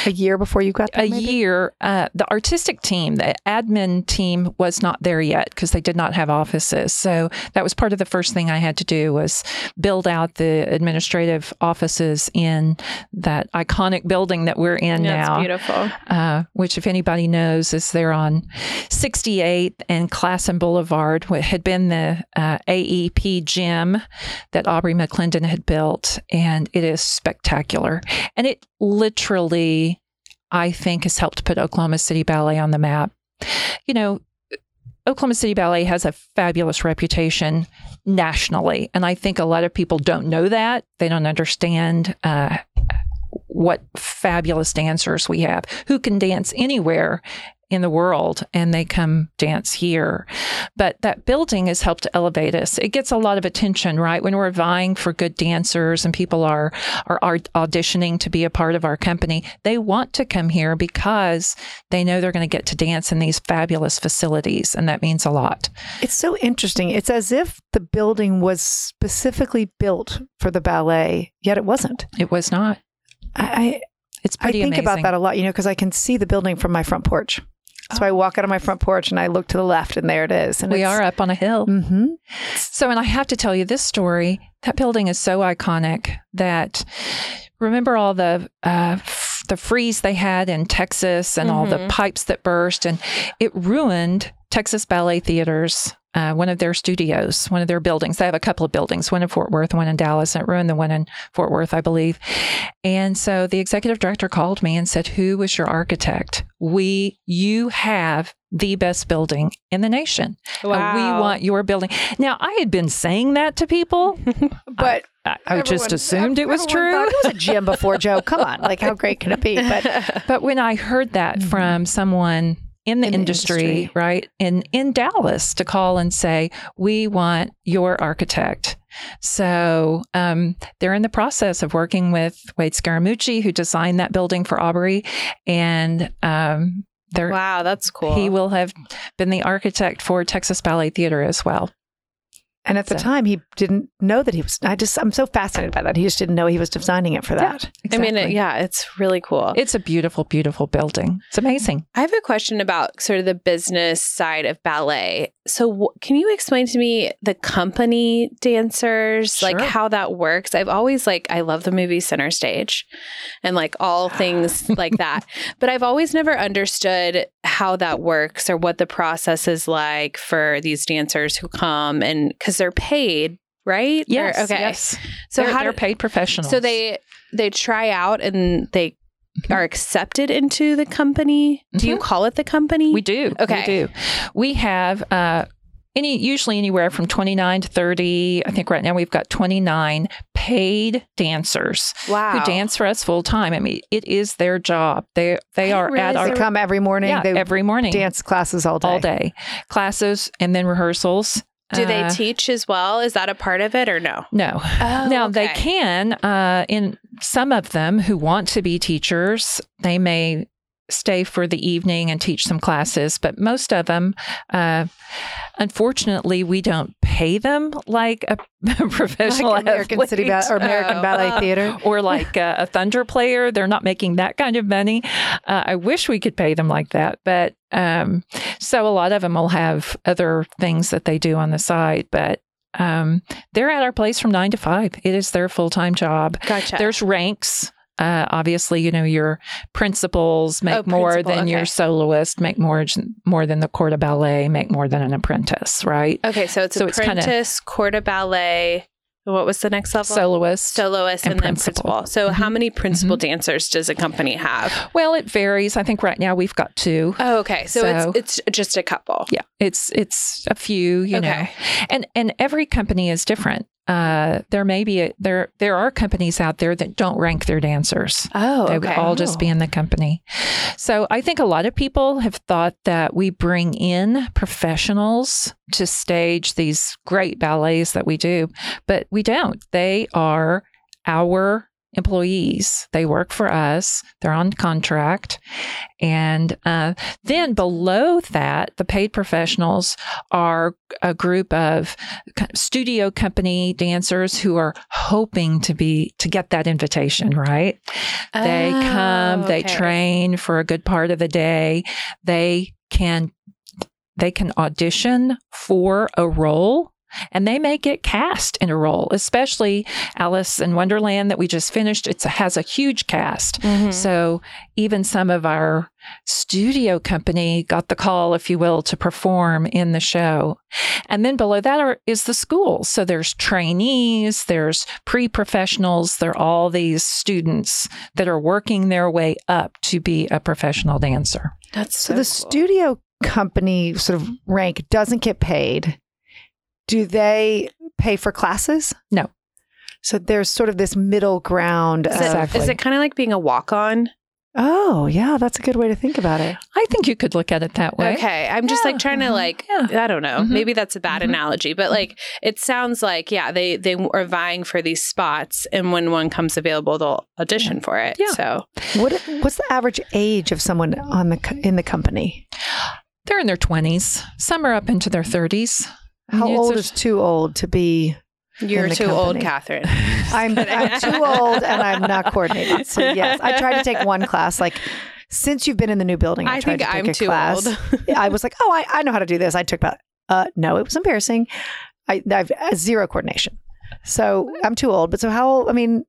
B: a year before you got there?
E: a
B: maybe?
E: year, uh, the artistic team, the admin team was not there yet because they did not have offices. So that was part of the first thing I had to do was build out the administrative offices in that iconic building that we're in
F: That's
E: now,
F: beautiful.
E: uh, which if anybody knows is there on 68th and Classen Boulevard, what had been the uh, AEP gym that Aubrey McClendon had built. And it is spectacular. And it literally, I think, has helped put Oklahoma City Ballet on the map. You know, Oklahoma City Ballet has a fabulous reputation nationally. And I think a lot of people don't know that. They don't understand uh, what fabulous dancers we have who can dance anywhere in the world and they come dance here. But that building has helped elevate us. It gets a lot of attention, right? When we're vying for good dancers and people are are, are auditioning to be a part of our company, they want to come here because they know they're going to get to dance in these fabulous facilities and that means a lot.
B: It's so interesting. It's as if the building was specifically built for the ballet, yet it wasn't.
E: It was not.
B: I
E: It's
B: I, I
E: pretty
B: think
E: amazing. Oh.
B: about that a lot, you know, because I can see the building from my front porch. So I walk out of my front porch and I look to the left, and there it is. And
E: we are up on a hill.
B: hmm
E: So, and I have to tell you this story. That building is so iconic that remember all the uh, f- the freeze they had in Texas and all the
F: Mhm.
E: pipes that burst, and it ruined Texas Ballet Theater's. Uh, one of their studios, one of their buildings. They have a couple of buildings, one in Fort Worth, one in Dallas, and it ruined the one in Fort Worth, I believe. And so the executive director called me and said, Who was your architect? We, you have the best building in the nation. Uh, We want your building. Now, I had been saying that to people.
B: But
E: I, I just
B: everyone-
E: assumed it was
B: everyone
E: true.
B: thought It was a gym before Joe. Come on, like how great can it be? But
E: But when I heard that
B: Mhm.
E: from someone in the,
B: In the
E: industry,
B: industry.
E: right, in, in Dallas to call and say, we want your architect. So um, they're in the process of working with Wade Scaramucci, who designed that building for Aubrey. And um, There,
C: Wow, that's cool.
E: He will have been the architect for Texas Ballet Theater as well.
B: And at the
E: So-
B: time, he didn't know that he was. I just, I'm so fascinated by that. He just didn't know he was designing it for that.
C: I mean, it, yeah, it's really cool.
E: It's a beautiful, beautiful building. It's amazing.
C: I have a question about sort of the business side of ballet. So, wh- can you explain to me the company dancers, like
E: Sure.
C: how that works? I've always like I love the movie Center Stage, and like all
E: Ah.
C: things like that. But I've always never understood how that works or what the process is like for these dancers who come and because they're paid, right? They're-
E: Yes.
C: okay.
E: Yes.
C: So
E: they're,
C: how
E: they're
C: do-
E: paid professionals.
C: So they they try out and they
E: Mm-hmm.
C: are accepted into the company. Do you call it the company?
E: We do.
C: Okay.
E: We do. We have uh, any usually anywhere from 29 to 30. I think right now we've got 29 paid dancers
C: wow.
E: who dance for us full time. I mean, it is their job. They they
C: I
E: are
C: didn't
E: at
C: realize
E: our
B: They come every morning.
E: yeah,
B: they
E: every morning
B: dance classes all day.
E: all day classes and then rehearsals.
C: Do they
E: Uh,
C: teach as well? Is that a part of it or no?
E: no.
C: Oh,
E: now they can uh, in some of them who want to be teachers they may stay for the evening and teach some classes but most of them uh, unfortunately we don't pay them like a professional
B: Like American City
E: athlete.
B: Ballet or American
C: Oh.
B: Ballet Theater.
E: or like a, a thunder player they're not making that kind of money uh, i wish we could pay them like that but um, so a lot of them will have other things that they do on the side but um, they're at our place from nine to five it is their full-time job
C: Gotcha.
E: there's ranks uh, obviously, you know your principals make
C: Oh,
E: more
C: principal,
E: than your
C: okay.
E: soloist, make more more than the corps de ballet, make more than an apprentice, right?
C: okay, so it's
E: so it's kinda-
C: apprentice, corps de ballet. What was the next level?
E: Soloist,
C: Soloist and,
E: and
C: then
E: principal.
C: principal. So, how
E: Mhm.
C: many principal dancers does a company have?
E: well, it varies. I think right now we've got two.
C: Oh, okay. So,
E: So-
C: it's it's just a couple.
E: Yeah, it's it's a few, you know,
C: Okay.
E: and and every company is different. Uh, there may be a, there there are companies out there that don't rank their dancers.
C: Oh,
E: They would
C: okay.
E: all just be in the company. So I think a lot of people have thought that we bring in professionals to stage these great ballets that we do, but we don't. They are our employees. They work for us. They're on contract. And uh, then below that, the paid professionals are a group of co- studio company dancers who are hoping to be to get that invitation, right? They come,
C: Oh,
E: they
C: okay.
E: train for a good part of the day. They can they can audition for a role and they may get cast in a role, especially Alice in Wonderland that we just finished. It has a huge cast.
B: Hmm.
C: Mhm.
E: So even some of our studio company got the call, if you will, to perform in the show. And then below that are, is the school. So there's trainees, there's pre professionals, there are all these students that are working their way up to be a professional dancer.
C: That's
B: So
C: so,
B: the
C: cool.
B: studio company sort of rank doesn't get paid. Do they pay for classes?
E: No.
B: So there's sort of this middle ground.
C: Is
B: of-
C: it-
E: Exactly.
C: is it kind of like being a walk on?
B: oh, yeah, that's a good way to think about it.
E: I think you could look at it that way.
C: Okay. I'm just
E: Yeah.
C: like trying to
E: Mhm.
C: like
E: Yeah.
C: I don't know.
B: Mm-hmm.
E: Mhm.
C: Maybe that's a bad
E: Mhm.
C: analogy, but like it sounds like yeah, they they are vying for these spots and when one comes available they'll audition for it.
E: Yeah.
C: So
B: What what's the average age of someone on the co- in the company?
E: They're in their 20s, some are up into their 30s.
B: How
E: It's
B: old
E: a-
B: is too old to be?
C: you're
B: the
C: too old,
B: company.
C: Catherine.
B: I'm,
C: kidding.
B: I'm too old and I'm not coordinated. So yes, I tried to take one class. Like since you've been in the new building, I,
C: I
B: tried
C: think
B: to take
C: I'm
B: a
C: too
B: class.
C: old.
B: I was like, oh, I, I know how to do this. I took about. Uh, no, it was embarrassing. I, I've uh, zero coordination, so I'm too old. But so how? old I mean,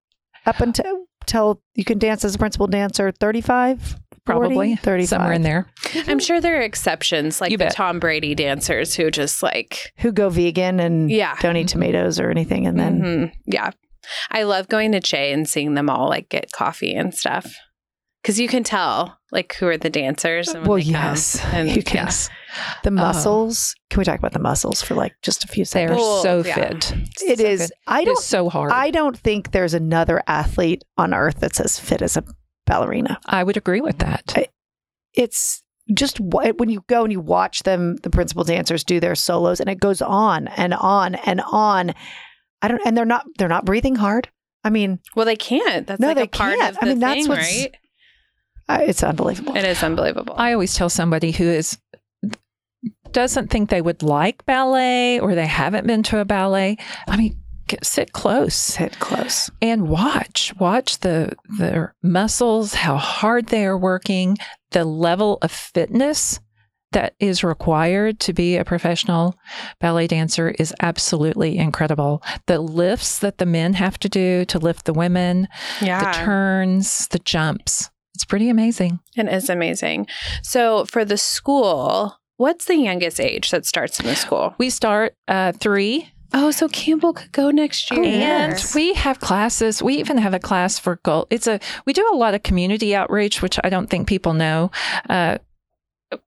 B: up until till you can dance as a principal dancer, 35,
E: Probably
B: 40,
E: somewhere in
B: 35.
E: there.
C: I'm sure there are exceptions like
E: You
C: the
E: bet.
C: Tom Brady dancers who just like
B: who go vegan and
C: Yeah.
B: don't eat tomatoes or anything, and then
C: mhm, yeah. I love going to Che and seeing them all like get coffee and stuff. Cause you can tell like who are the dancers and when
B: Well,
C: they come.
B: yes.
C: and
B: You can.
C: yeah.
B: the muscles. Can we talk about the muscles for like just a few
E: They're
B: seconds?
C: Well,
E: so
C: yeah.
E: fit.
B: It
E: so
B: is.
E: good.
B: I
E: It
B: don't
E: is so hard.
B: I don't think there's another athlete on earth that's as fit as a ballerina.
E: I would agree with that.
B: I- It's just wh- when you go and you watch them, the principal dancers do their solos, and it goes on and on and on. I don't, and they're not they're not breathing hard. I mean,
C: Well, they can't. That's
B: No,
C: like
B: they
C: a part
B: can't.
C: of
B: I
C: the
B: mean, that's
C: thing,
B: what's-
C: right?
B: I, it's unbelievable.
C: It is unbelievable.
E: I always tell somebody who is doesn't think they would like ballet or they haven't been to a ballet. I mean, get, sit close
B: Sit close.
E: and watch watch the their muscles, how hard they are working, the level of fitness that is required to be a professional ballet dancer is absolutely incredible. The lifts that the men have to do to lift the women,
C: yeah.
E: the turns, the jumps. It's pretty amazing.
C: It is amazing. So for the school, what's the youngest age that starts in the school?
E: We start uh, three
C: Oh, so Campbell could go next year.
E: And we have classes. We even have a class for goal. It's a we do a lot of community outreach, which I don't think people know. Uh,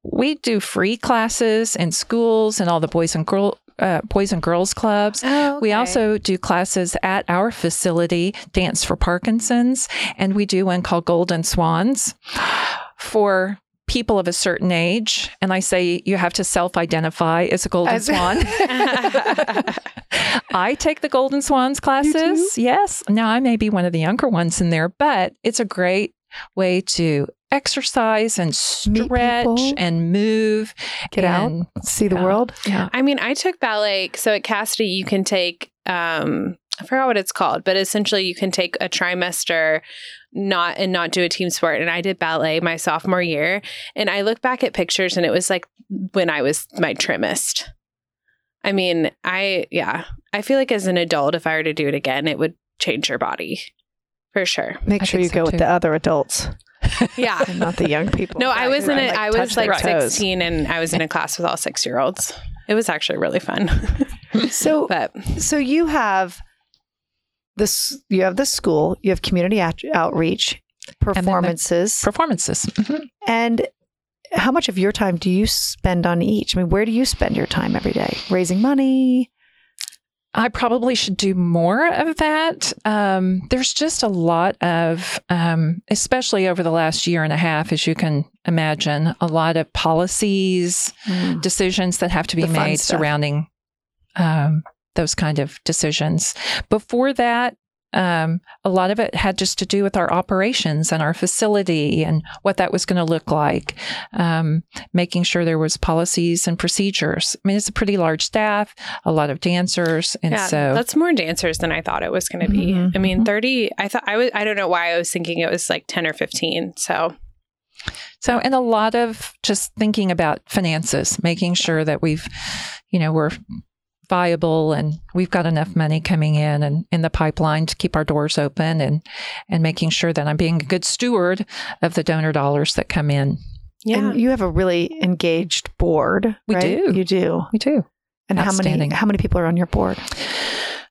E: we do free classes in schools and all the boys and girl uh, boys and girls clubs.
C: Oh,
E: We
C: okay.
E: also do classes at our facility, Dance for Parkinson's, and we do one called Golden Swans for people of a certain age. And I say you have to self-identify as a golden
B: As-
E: swan. I take the Golden Swans classes. Yes. Now I may be one of the younger ones in there, but it's a great way to exercise and
B: Meet
E: stretch
B: people.
E: and move.
B: Get out.
E: and-
B: See the
E: Yeah.
B: world.
E: Yeah.
C: I mean, I took ballet. So at Cassidy, you can take, um, I forgot what it's called, but essentially you can take a trimester not and not do a team sport. And I did ballet my sophomore year. And I look back at pictures and it was like when I was my trimmest. I mean, I, yeah, I feel like as an adult, if I were to do it again, it would change your body for sure.
B: Make
E: I
B: sure you
E: think
B: go
E: so,
B: with
E: too.
B: the other adults
C: Yeah.
B: and not the young people.
C: No, I was in it.
B: Like,
C: I
B: touch
C: was like
B: their toes.
C: 16 and I was in a class with all six year olds. It was actually really fun.
B: So,
C: but
B: so you have this. You have the school. You have community out- outreach
E: then the-
B: performances,
E: Performances. Mhm.
B: and how much of your time do you spend on each? I mean, where do you spend your time every day? Raising money.
E: I probably should do more of that. Um, there's just a lot of, um, especially over the last year and a half, as you can imagine, a lot of policies
B: Mm.
E: decisions that have to be
B: The fun
E: made
B: stuff.
E: surrounding um, those kind of decisions. Before that, um, a lot of it had just to do with our operations and our facility and what that was going to look like, um, making sure there was policies and procedures. I mean, it's a pretty large staff, a lot of dancers, and
C: yeah,
E: so Mm-hmm,
C: that's more dancers than I thought it was going to be.
B: Mhm.
C: I mean, 30, I thought I was, I don't know why I was thinking it was like 10 or 15. So
E: so and a lot of just thinking about finances, making sure that we've, you know, we're viable and we've got enough money coming in and in the pipeline to keep our doors open and and making sure that I'm being a good steward of the donor dollars that come in.
C: yeah.
B: And you have a really engaged board.
E: We
B: right?
E: do.
B: You do.
E: We do.
B: And how many?
E: Outstanding.
B: How many people are on your board?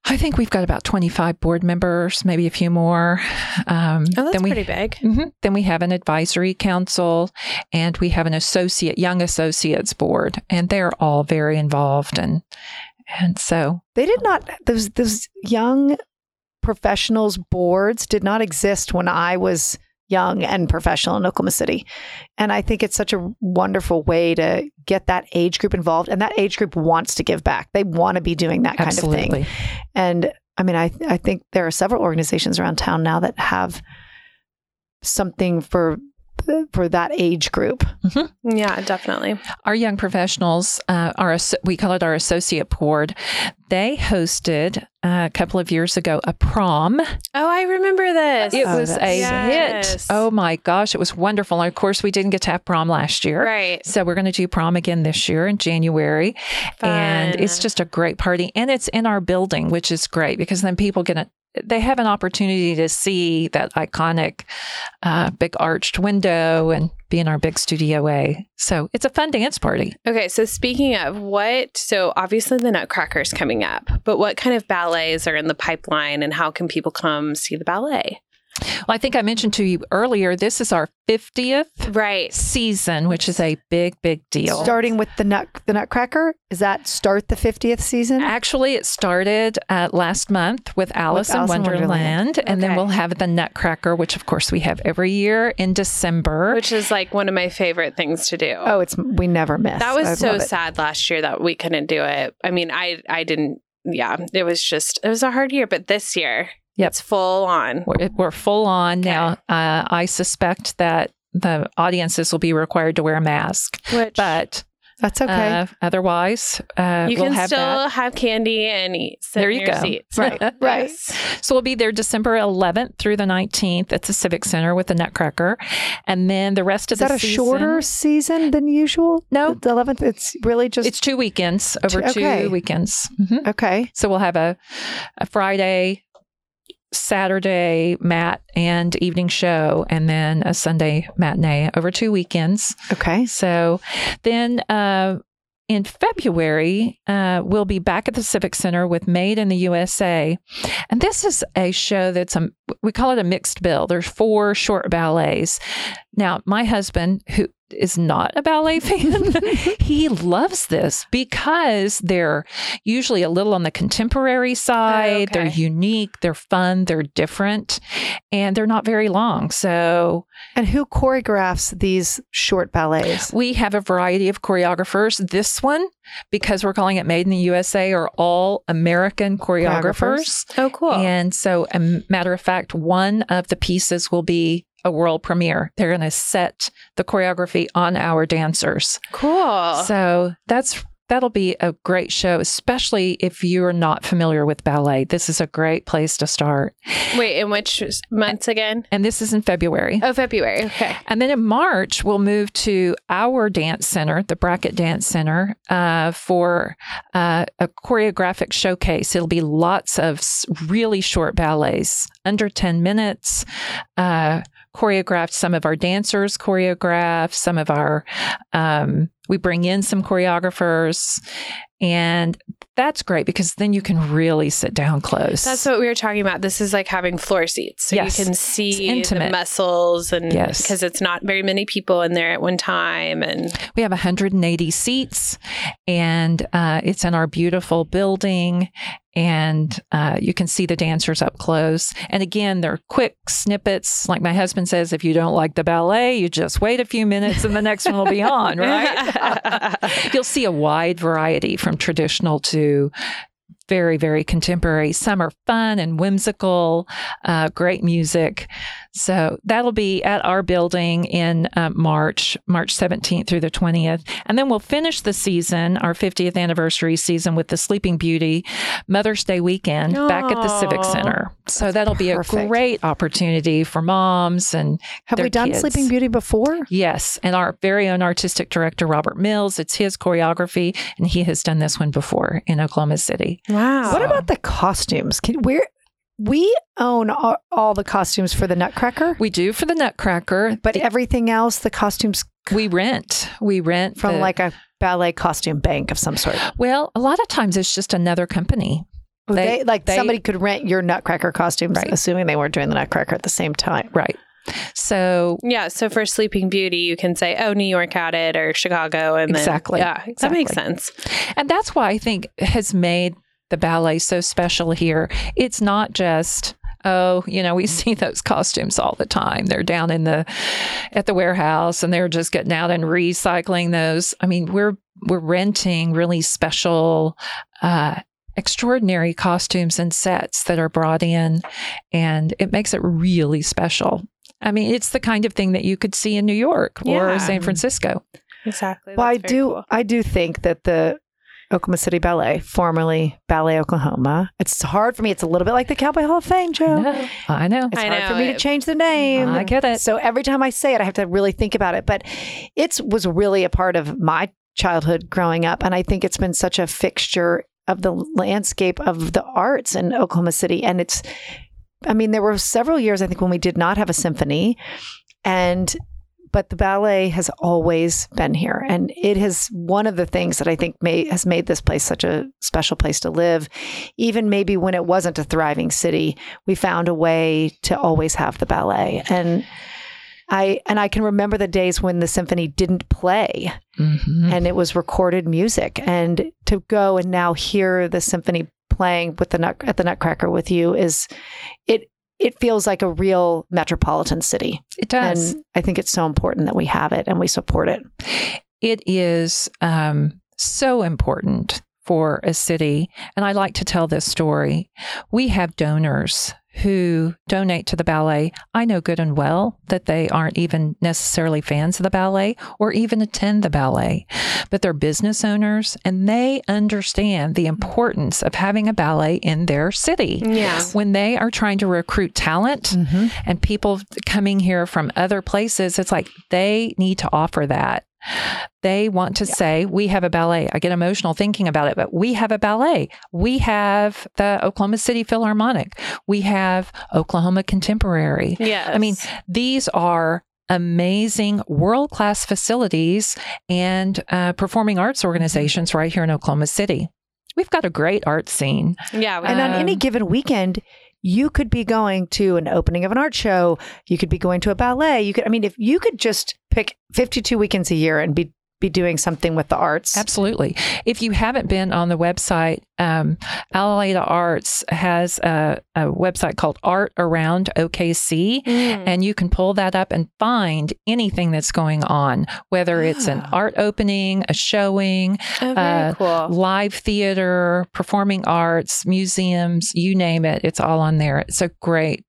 E: I think we've got about 25 board members, maybe a few more. Um,
C: oh, that's
E: then we
C: pretty big.
E: Mhm. Then we have an advisory council and we have an associate, young associates board, and they're all very involved. And, and so
B: They did not. Those those young professionals boards did not exist when I was young and professional in Oklahoma City, and I think it's such a wonderful way to get that age group involved. And that age group wants to give back. They want to be doing that kind
E: absolutely.
B: of thing. And I mean, I I think there are several organizations around town now that have something for for that age group.
C: Yeah, definitely.
E: our young professionals, uh, our asso- we call it our associate board. They hosted uh, a couple of years ago a prom.
C: Oh, I remember this.
E: It
B: Oh,
E: was a
B: that's-
E: hit.
C: Yes.
E: Oh my gosh, it was wonderful. And of course, we didn't get to have prom last year.
C: right.
E: So we're going to do prom again this year in January, and
C: Fun.
E: it's just a great party, and it's in our building, which is great because then people get a, they have an opportunity to see that iconic uh, big arched window and be in our big studio A. So it's a fun dance party.
C: Okay. So speaking of what, so obviously the Nutcracker's coming up, but what kind of ballets are in the pipeline and how can people come see the ballet?
E: Well, I think I mentioned to you earlier, this is our 50th
C: Right.
E: season, which is a big, big deal.
B: Starting with the nut the Nutcracker, is that start the fiftieth season?
E: Actually, it started uh, last month with Alice, in
B: Alice in
E: Wonderland,
B: Wonderland.
E: and then
C: Okay.
E: we'll have the Nutcracker, which of course we have every year in December.
C: Which is like one of my favorite things to do.
B: Oh, it's we never miss.
C: That was
B: I
C: so
B: love it.
C: sad last year that we couldn't do it. I mean, I I didn't. Yeah, it was just it was a hard year, but this year
E: Yep.
C: it's full on.
E: we're, we're full on now. Uh, I suspect that the audiences will be required to wear a mask.
F: Which
E: But
B: That's okay.
E: uh, otherwise, uh,
F: you
E: we'll
F: can
E: have
F: still
E: that.
F: have candy and eat. Sit
E: There
F: in
E: you
F: your
E: go.
F: Seats.
B: Right, right.
E: So we'll be there December 11th through the 19th at the Civic Center with the Nutcracker, and then the rest
B: Is that
E: of the
B: a
E: season-
B: shorter season than usual?
E: No.
B: the eleventh. It's really just
E: It's two weekends over
B: Two- okay.
E: two weekends. Mhm.
B: okay.
E: So we'll have a, a Friday, Saturday mat and evening show, and then a Sunday matinee over two weekends.
B: Okay.
E: So then uh, in February, uh, we'll be back at the Civic Center with Made in the USA. And this is a show that's, um, we call it a mixed bill. There's four short ballets. Now, my husband, who is not a ballet fan, he loves this because they're usually a little on the contemporary side. They're
F: okay.
E: unique, they're fun, they're different, and they're not very long. So
B: And who choreographs these short ballets?
E: we have a variety of choreographers. This one, because we're calling it Made in the USA, are all American choreographers.
F: Oh, cool.
E: And so, a m- matter of fact, one of the pieces will be a world premiere. They're going to set the choreography on our dancers.
F: cool.
E: So that's that'll be a great show, especially if you're not familiar with ballet. This is a great place to start.
F: Wait, in which s- months again?
E: And this is in February.
F: Oh, February. Okay.
E: And then in March, we'll move to our dance center, the Bracket Dance Center, uh, for uh, a choreographic showcase. It'll be lots of s- really short ballets, under 10 minutes, uh, choreographed. Some of our dancers choreograph, some of our, um, we bring in some choreographers. And that's great because then you can really sit down close.
F: That's what we were talking about. This is like having floor seats. So
E: Yes.
F: you can
E: It's
F: see the
E: intimate.
F: muscles and
E: Yes.
F: because it's not very many people in there at one time. And
E: We have 180 seats, and uh, it's in our beautiful building. And uh, you can see the dancers up close. And again, they're quick snippets. Like my husband says, if you don't like the ballet, you just wait a few minutes and the next one will be on, right? You'll see a wide variety from traditional to very, very contemporary. Some are fun and whimsical, uh, great music. So that'll be at our building in uh, March, March 17th through the 20th. And then we'll finish the season, our 50th anniversary season, with the Sleeping Beauty Mother's Day weekend back at the Civic
F: Aw.
E: Center. So that'll be a
B: perfect.
E: great opportunity for moms and
B: Have
E: They're
B: we done
E: kids.
B: Sleeping Beauty before?
E: yes, and our very own artistic director, Robert Mills. It's his choreography, and he has done this one before in Oklahoma City.
F: wow.
B: What about the costumes? Can where we own all, all the costumes for the Nutcracker,
E: We do for the Nutcracker,
B: but everything else, the costumes
E: we rent. We rent
B: from
E: the-
B: like a ballet costume bank of some sort.
E: well, a lot of times it's just another company.
B: They,
E: They-
B: like
E: they-
B: somebody could rent your Nutcracker costumes,
E: Right.
B: assuming they weren't doing the Nutcracker at the same time.
E: Right. So
F: Yeah. So for Sleeping Beauty, you can say, oh, New York had it or Chicago. And then-
E: Exactly.
F: yeah, that makes sense.
E: And that's why I think has made the ballet so special here. It's not just oh, you know, we see those costumes all the time. They're down in the at the warehouse and they're just getting out and recycling those. I mean, we're we're renting really special uh extraordinary costumes and sets that are brought in and it makes it really special. I mean, it's the kind of thing that you could see in New York
F: Yeah.
E: or San Francisco.
F: Exactly.
B: well, I
F: That's very
B: do.
F: cool.
B: I do think that the Oklahoma City Ballet, formerly Ballet Oklahoma, it's hard for me. It's a little bit like the Cowboy Hall of Fame, Joe.
E: No, I know.
B: It's
F: I
B: hard for
F: know,
B: me to
F: it-
B: change the name.
E: I get it.
B: So every time I say it, I have to really think about it. But it was really a part of my childhood growing up. And I think it's been such a fixture of the landscape of the arts in Oklahoma City. And it's, I mean, there were several years, I think, when we did not have a symphony. And, but the ballet has always been here. And it has one of the things that I think may, has made this place such a special place to live. Even maybe when it wasn't a thriving city, we found a way to always have the ballet. And I and I can remember the days when the symphony didn't play
E: Mhm.
B: and it was recorded music. And to go and now hear the symphony playing with the nut, at the Nutcracker with you is it it feels like a real metropolitan city.
E: It does.
B: And I think it's so important that we have it and we support it.
E: it is um, so important for a city. And I like to tell this story. We have donors who donate to the ballet, I know good and well that they aren't even necessarily fans of the ballet or even attend the ballet, but they're business owners and they understand the importance of having a ballet in their city.
F: Yeah.
E: When they are trying to recruit talent and people coming here from other places, it's like they need to offer that. They want to say, We have a ballet. I get emotional thinking about it, but we have a ballet. We have the Oklahoma City Philharmonic. We have Oklahoma Contemporary.
F: Yeah.
E: I mean, These are amazing world class facilities and uh, performing arts organizations right here in Oklahoma City. We've got a great art scene.
F: yeah. we-
B: And on any
E: Um,
B: given weekend, you could be going to an opening of an art show. You could be going to a ballet. You could, I mean, if you could just pick 52 weekends a year and be, be doing something with the arts.
E: Absolutely. If you haven't been on the website, um, Alameda Arts has a, a website called Art Around
F: Mm.
E: OKC,
B: Mm-hmm.
E: and you can pull that up and find anything that's going on, whether it's an
B: Ah.
E: art opening, a showing,
F: Oh, very
E: uh,
F: cool.
E: live theater, performing arts, museums, you name it, it's all on there. It's a great uh,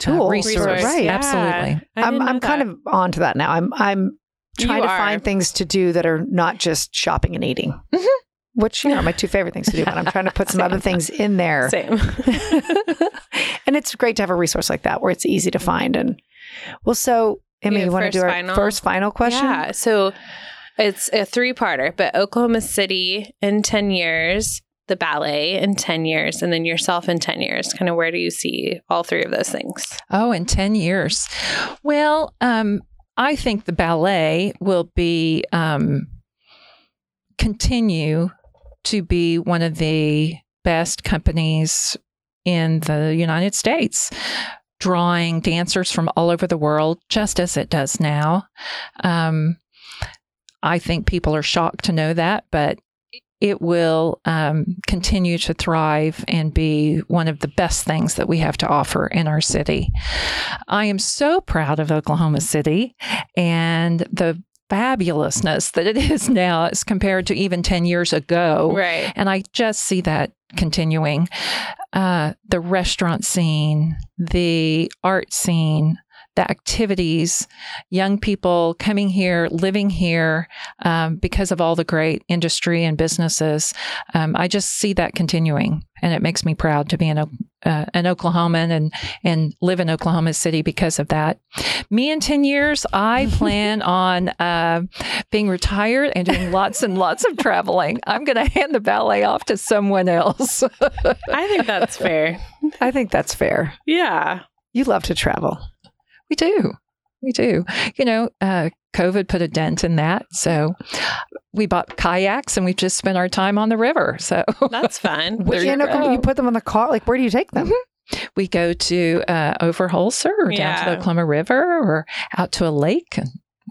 B: Tool.
E: resource.
B: Right.
F: Yeah.
E: Absolutely.
F: I
B: I'm,
F: didn't know
B: I'm kind
F: that.
B: of on to that now. I'm, I'm trying
F: You
B: to
F: are.
B: find things to do that are not just shopping and eating,
E: Mhm.
B: which you know, are my two favorite things to do, but I'm trying to put some other things in there.
F: same.
B: and it's great to have a resource like that where it's easy to find. And well, so Emmy,
F: Yeah,
B: you want to
F: first
B: do our
F: final?
B: first final question?
F: Yeah. So it's a three parter, but Oklahoma City in 10 years, the ballet in 10 years, and then yourself in 10 years. Kind of where do you see all three of those things?
E: Oh, in 10 years. Well, um, I think the ballet will be um, continue to be one of the best companies in the United States, drawing dancers from all over the world, just as it does now. Um, I think people are shocked to know that, but it will um, continue to thrive and be one of the best things that we have to offer in our city. I am so proud of Oklahoma City and the fabulousness that it is now as compared to even 10 years ago.
F: Right.
E: And I just see that continuing. Uh, the restaurant scene, the art scene, the activities, young people coming here, living here um, because of all the great industry and businesses. Um, I just see that continuing. And it makes me proud to be an, O- uh, an Oklahoman and, and live in Oklahoma City because of that. Me in 10 years, I plan on uh, being retired and doing lots and lots of traveling. I'm going to hand the ballet off to someone else.
F: I think that's fair.
B: I think that's fair.
F: Yeah.
B: You love to travel.
E: we do. We do. You know, uh, COVID put a dent in that. So we bought kayaks and we've just spent our time on the river. So
F: That's fun.
E: There
B: Which
E: you
B: end up-
E: go.
B: you put them on the car. Like, where do you take them?
E: we go to uh, over Holser or down to
F: Yeah.
E: the Oklahoma River or out to a lake and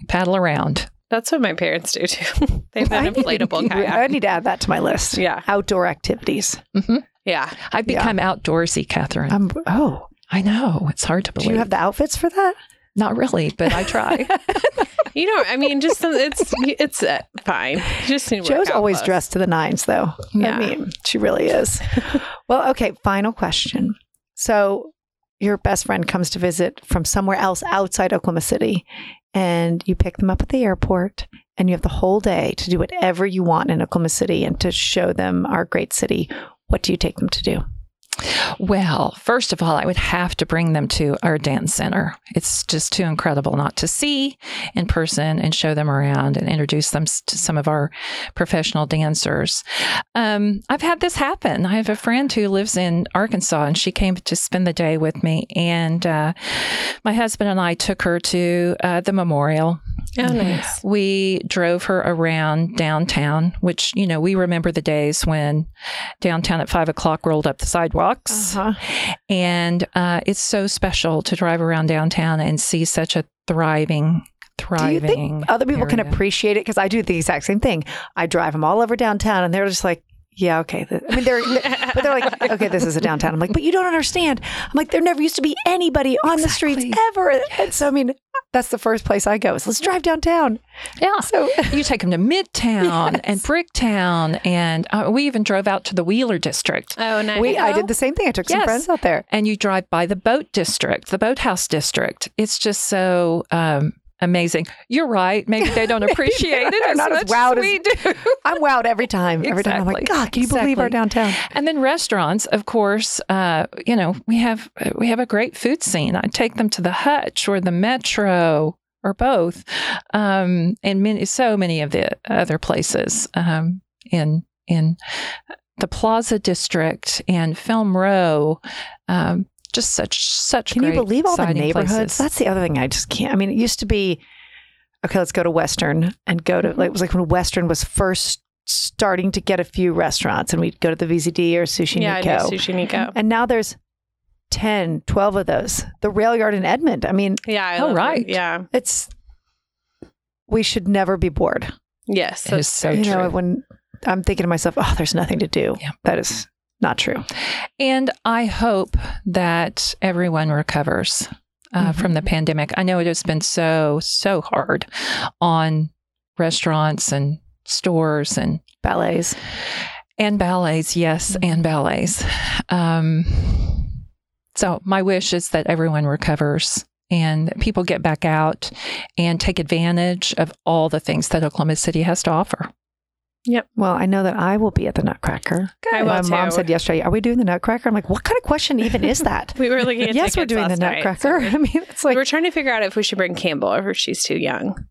E: paddle around.
F: That's what my parents do too. They've
B: I
F: got
B: need to-
F: inflatable
B: I
F: kayak.
B: need to add that to my list.
F: Yeah.
B: Outdoor activities.
F: Yeah.
E: I've
B: Yeah.
E: become outdoorsy, Catherine.
B: Um, oh,
E: I know. It's hard to
B: do
E: believe.
B: you have the outfits for that?
E: Not really, but I try.
F: You know, I mean, just some, it's it's uh, fine. You just need to work
B: Joe's
F: out
B: always
F: clothes.
B: dressed to the nines, though. I
F: Yeah.
B: mean, she really is. well, okay. Final question. So, your best friend comes to visit from somewhere else outside Oklahoma City, and you pick them up at the airport, and you have the whole day to do whatever you want in Oklahoma City and to show them our great city. What do you take them to do?
E: Well, first of all, I would have to bring them to our dance center. It's just too incredible not to see in person and show them around and introduce them s- to some of our professional dancers. Um, I've had this happen. I have a friend who lives in Arkansas and she came to spend the day with me. And uh, my husband and I took her to uh, the memorial
F: Oh, nice.
E: we drove her around downtown, which, you know, we remember the days when downtown at five o'clock rolled up the
B: Uh-huh.
E: sidewalks.
F: Uh-huh.
E: And uh, it's so special to drive around downtown and see such a thriving,
B: Do you
E: thriving.
B: think other people can
E: area.
B: appreciate it? Because I do the exact same thing. I drive them all over downtown, and they're just like, "Yeah, okay." th- I mean, they're but they're like, "Okay, this is a downtown." I'm like, "But you don't understand." I'm like, "There never used to be anybody on the streets
E: Exactly.
B: ever." And so, I mean, That's the first place I go. Is let's drive downtown.
E: Yeah.
B: So
E: you take them to Midtown and Bricktown, and uh, we even drove out to the Wheeler District.
B: Uh,
F: Oh, nice.
B: we, I did the same thing. I took some
E: Yes.
B: friends out there.
E: And you drive by the boat district, the boathouse district. It's just so um, amazing. You're right. Maybe they don't appreciate it
B: they're
E: as
B: not
E: much
B: as wowed
E: as
B: as-
E: we do.
B: I'm wowed every time. Every time I'm like,
E: Exactly.
B: God, can you believe our
E: Exactly.
B: downtown?
E: And then restaurants, of course, uh, you know, we have uh, we have a great food scene. I take them to the Hutch or the Metro or both, um, and many so many of the other places um, in in the Plaza District and Film Row. Um, just such such.
B: Can you
E: great,
B: believe all the
E: exciting
B: neighborhoods?
E: places.
B: That's the other thing I just can't. I mean, it used to be okay. Let's go to Western and go
E: Mm-hmm.
B: to like it was like when Western was first starting to get a few restaurants, and we'd go to the VZD or Sushi
F: yeah, I
B: Nico.
F: know Sushi Nico.
B: And now there's 10, 12 of those. The rail yard in Edmond. I mean,
F: Yeah. I
E: Oh,
F: love it.
E: right.
F: Yeah.
B: it's we should never be bored.
F: Yes.
E: It is
F: that's
E: so
B: you
E: true.
B: know, when I'm thinking to myself, oh, there's nothing to do.
E: Yeah.
B: That is not true.
E: And I hope that everyone recovers uh,
F: Mm-hmm.
E: from the pandemic. I know it has been so, so hard on restaurants and stores and
B: Ballets.
E: and ballets, yes,
F: Mm-hmm.
E: and ballets. Um, so my wish is that everyone recovers and that people get back out and take advantage of all the things that Oklahoma City has to offer.
B: Well, I know that I will be at the Nutcracker.
F: I will
B: My mom
F: too.
B: said yesterday, "Are we doing the Nutcracker?" I'm like, "What kind of question even is that?"
F: We were looking at
B: yes,
F: tickets
B: we're doing the
F: last night,
B: Nutcracker.
F: so
B: I mean, it's like,
F: we are trying to figure out if we should bring Campbell or if she's too young.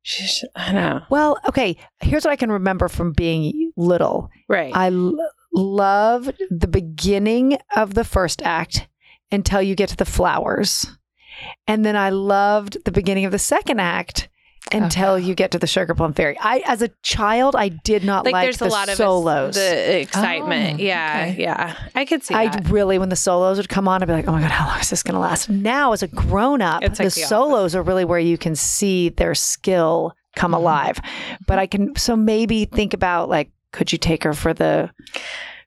F: She's, I know.
B: well, okay. Here's what I can remember from being little.
F: Right.
B: I l- love the beginning of the first act until you get to the flowers. And then I loved the beginning of the second act until you get to the sugar plum fairy. I as a child I did not like,
F: like, there's
B: the
F: a lot of
B: solos.
F: the excitement.
E: Oh,
F: yeah.
E: okay.
F: Yeah. I could see
B: I
F: that.
B: really when the solos would come on I'd be like, "Oh my god, how long is this going to last?" Now as a grown up,
F: It's
B: the
F: like The Office.
B: solos are really where you can see their skill
E: Mm-hmm.
B: come alive. But I can so maybe think about like could you take her for the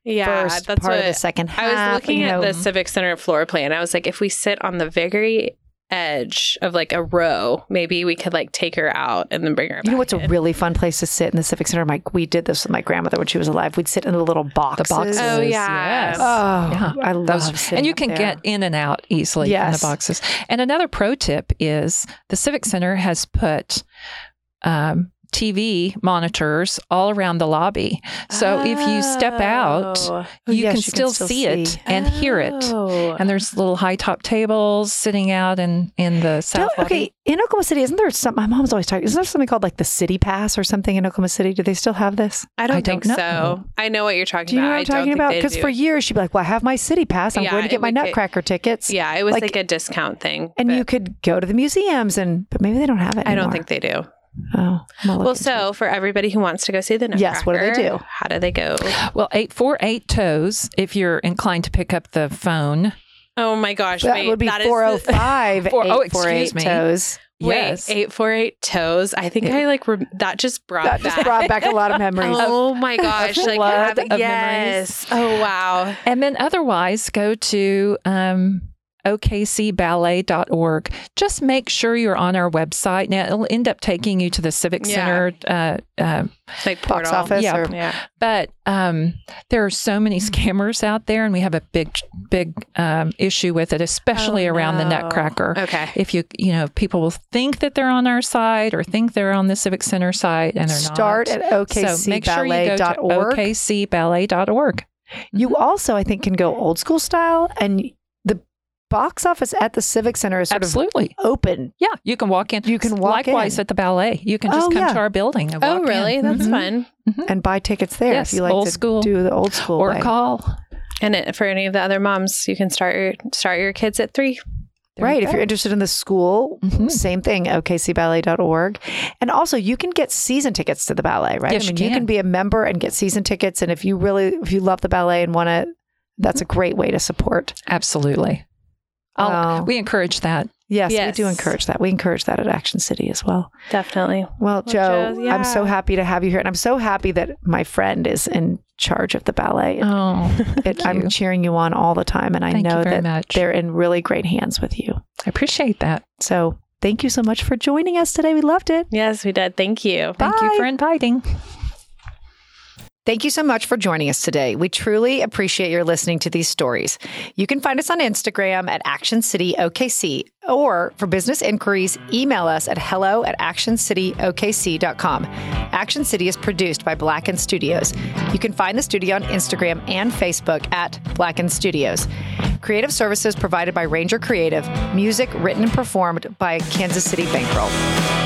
F: Yeah.
B: first
F: that's
B: part
F: what
B: of the second half?
F: I was looking
B: you
F: at
B: know?
F: the Civic Center floor plan. I was like, if we sit on the very edge of like a row, maybe we could like take her out and then bring her back.
B: You know what's a
F: in.
B: really fun place to sit in the Civic Center? My, we did this with my grandmother when she was alive. We'd sit in the little
E: The
B: boxes.
E: boxes.
F: Oh, yeah.
E: yes.
B: Oh,
E: Yeah.
B: I love
E: Those-
B: sitting
E: and you
B: up
E: can
B: there.
E: get in and out easily
B: Yes.
E: from the boxes. And another pro tip is the Civic Center has put um, TV monitors all around the lobby. So if you step out,
F: Oh.
B: Oh,
E: you
B: yes,
E: can still see, it and hear it.
F: Oh.
E: And there's little high top tables sitting out in, in the
B: Don't-
E: south.
B: okay,
E: lobby.
B: in Oklahoma City, isn't there some? My mom's always talking. Isn't there something called like the City Pass or something in Oklahoma City? Do they still have this?
F: I don't
E: I
F: think
E: don't know.
F: so. I know what you're talking
B: Do you know
F: about.
B: what
F: I
B: I'm
F: don't
B: talking
F: think
B: about?
F: they
B: Because
F: do.
B: for years she'd be like, "Well, I have my City Pass. I'm
F: Yeah,
B: going to
F: it
B: get my
F: would get-
B: Nutcracker tickets."
F: yeah, it was
B: like-
F: like, a discount thing.
B: And
F: but
B: you could go to the museums, and but maybe they don't have it.
F: I don't
B: anymore.
F: think they do.
B: Oh, I'm all
F: Well,
B: looking into it.
F: so for everybody who wants to go see the Nutcracker,
B: Yes, what do they do?
F: How do they go?
E: Well, 848 toes if you're inclined to pick up the phone.
F: Oh my gosh,
B: that
F: wait,
B: would be
F: that is the-
B: 405
E: Four- oh,
B: 848
E: excuse me.
B: toes.
F: Wait,
E: yes.
F: eight four eight toes. I think I like rem that just brought
B: That
F: that.
B: just brought back a lot of memories.
F: oh my gosh! Like
E: flood
F: have-
E: of
F: yes. Oh wow.
E: And then otherwise, go to um, okcballet.org. Just make sure you're on our website. Now, it'll end up taking you to the Civic
F: Yeah.
E: Center. Uh, uh,
F: Like
B: box
F: portal.
B: office.
E: Yeah,
B: or-
F: Yeah.
E: but um, there are so many scammers out there, and we have a big, big um, issue with it, especially
F: Oh,
E: around the
F: no.
E: Nutcracker.
F: Okay.
E: If you, you know, people will think that they're on our side or think they're on the Civic Center side, and they're
B: Start
E: not.
B: at
E: so make sure you go to
B: okcballet.org.
E: okcballet.org.
F: Mm-hmm.
B: You also, I think, can go old school style, and the box office at the Civic Center is sort
E: Absolutely.
B: of open.
E: Yeah, you can walk in.
B: You can walk
E: Likewise
B: in.
E: at the ballet, you can just
B: Oh,
E: come
B: yeah.
E: to our building. And
F: Oh
E: walk
F: really?
E: in.
F: That's
E: Mhm.
F: fun.
B: and buy tickets there
E: Yes,
B: if you like
E: old
B: to
E: school.
B: do the old school
E: Or
B: way.
E: call.
F: And it, for any of the other moms, you can start your start your kids at three.
E: There you
B: right. If
E: go.
B: you're interested in the school,
E: Mhm.
B: same thing, okcballet.org. And also, you can get season tickets to the ballet, right?
E: Yes,
B: I
E: you
B: mean, you
E: can.
B: can be a member and get season tickets. And if you really, if you love the ballet and want to, that's a
E: Mm-hmm.
B: great way to support.
E: Absolutely. I'll-
B: Wow.
E: We encourage that.
B: Yes, we do
F: Yes.
B: encourage that. We encourage that at Action City as well.
F: Definitely.
B: Well, Joe,
F: Joe's-
B: I'm so
F: yeah.
B: happy to have you here, and I'm so happy that my friend is in charge of the ballet.
E: Oh,
B: It- I'm
E: you.
B: cheering you on all the time, and I
E: Thank you
B: know
E: very
B: that
E: much.
B: they're in really great hands with you.
E: I appreciate that.
B: So Thank you so much for joining us today. We loved it.
F: Yes, we did. Thank you.
E: Thank you
B: Bye.
E: for inviting.
B: Thank you so much for joining us today. We truly appreciate your listening to these stories. You can find us on Instagram at Action City OKC or for business inquiries, email us at hello at actioncityokc.com. Action City is produced by Blacken Studios. You can find the studio on Instagram and Facebook at Blacken Studios. Creative services provided by Ranger Creative, music written and performed by Kansas City Bankroll.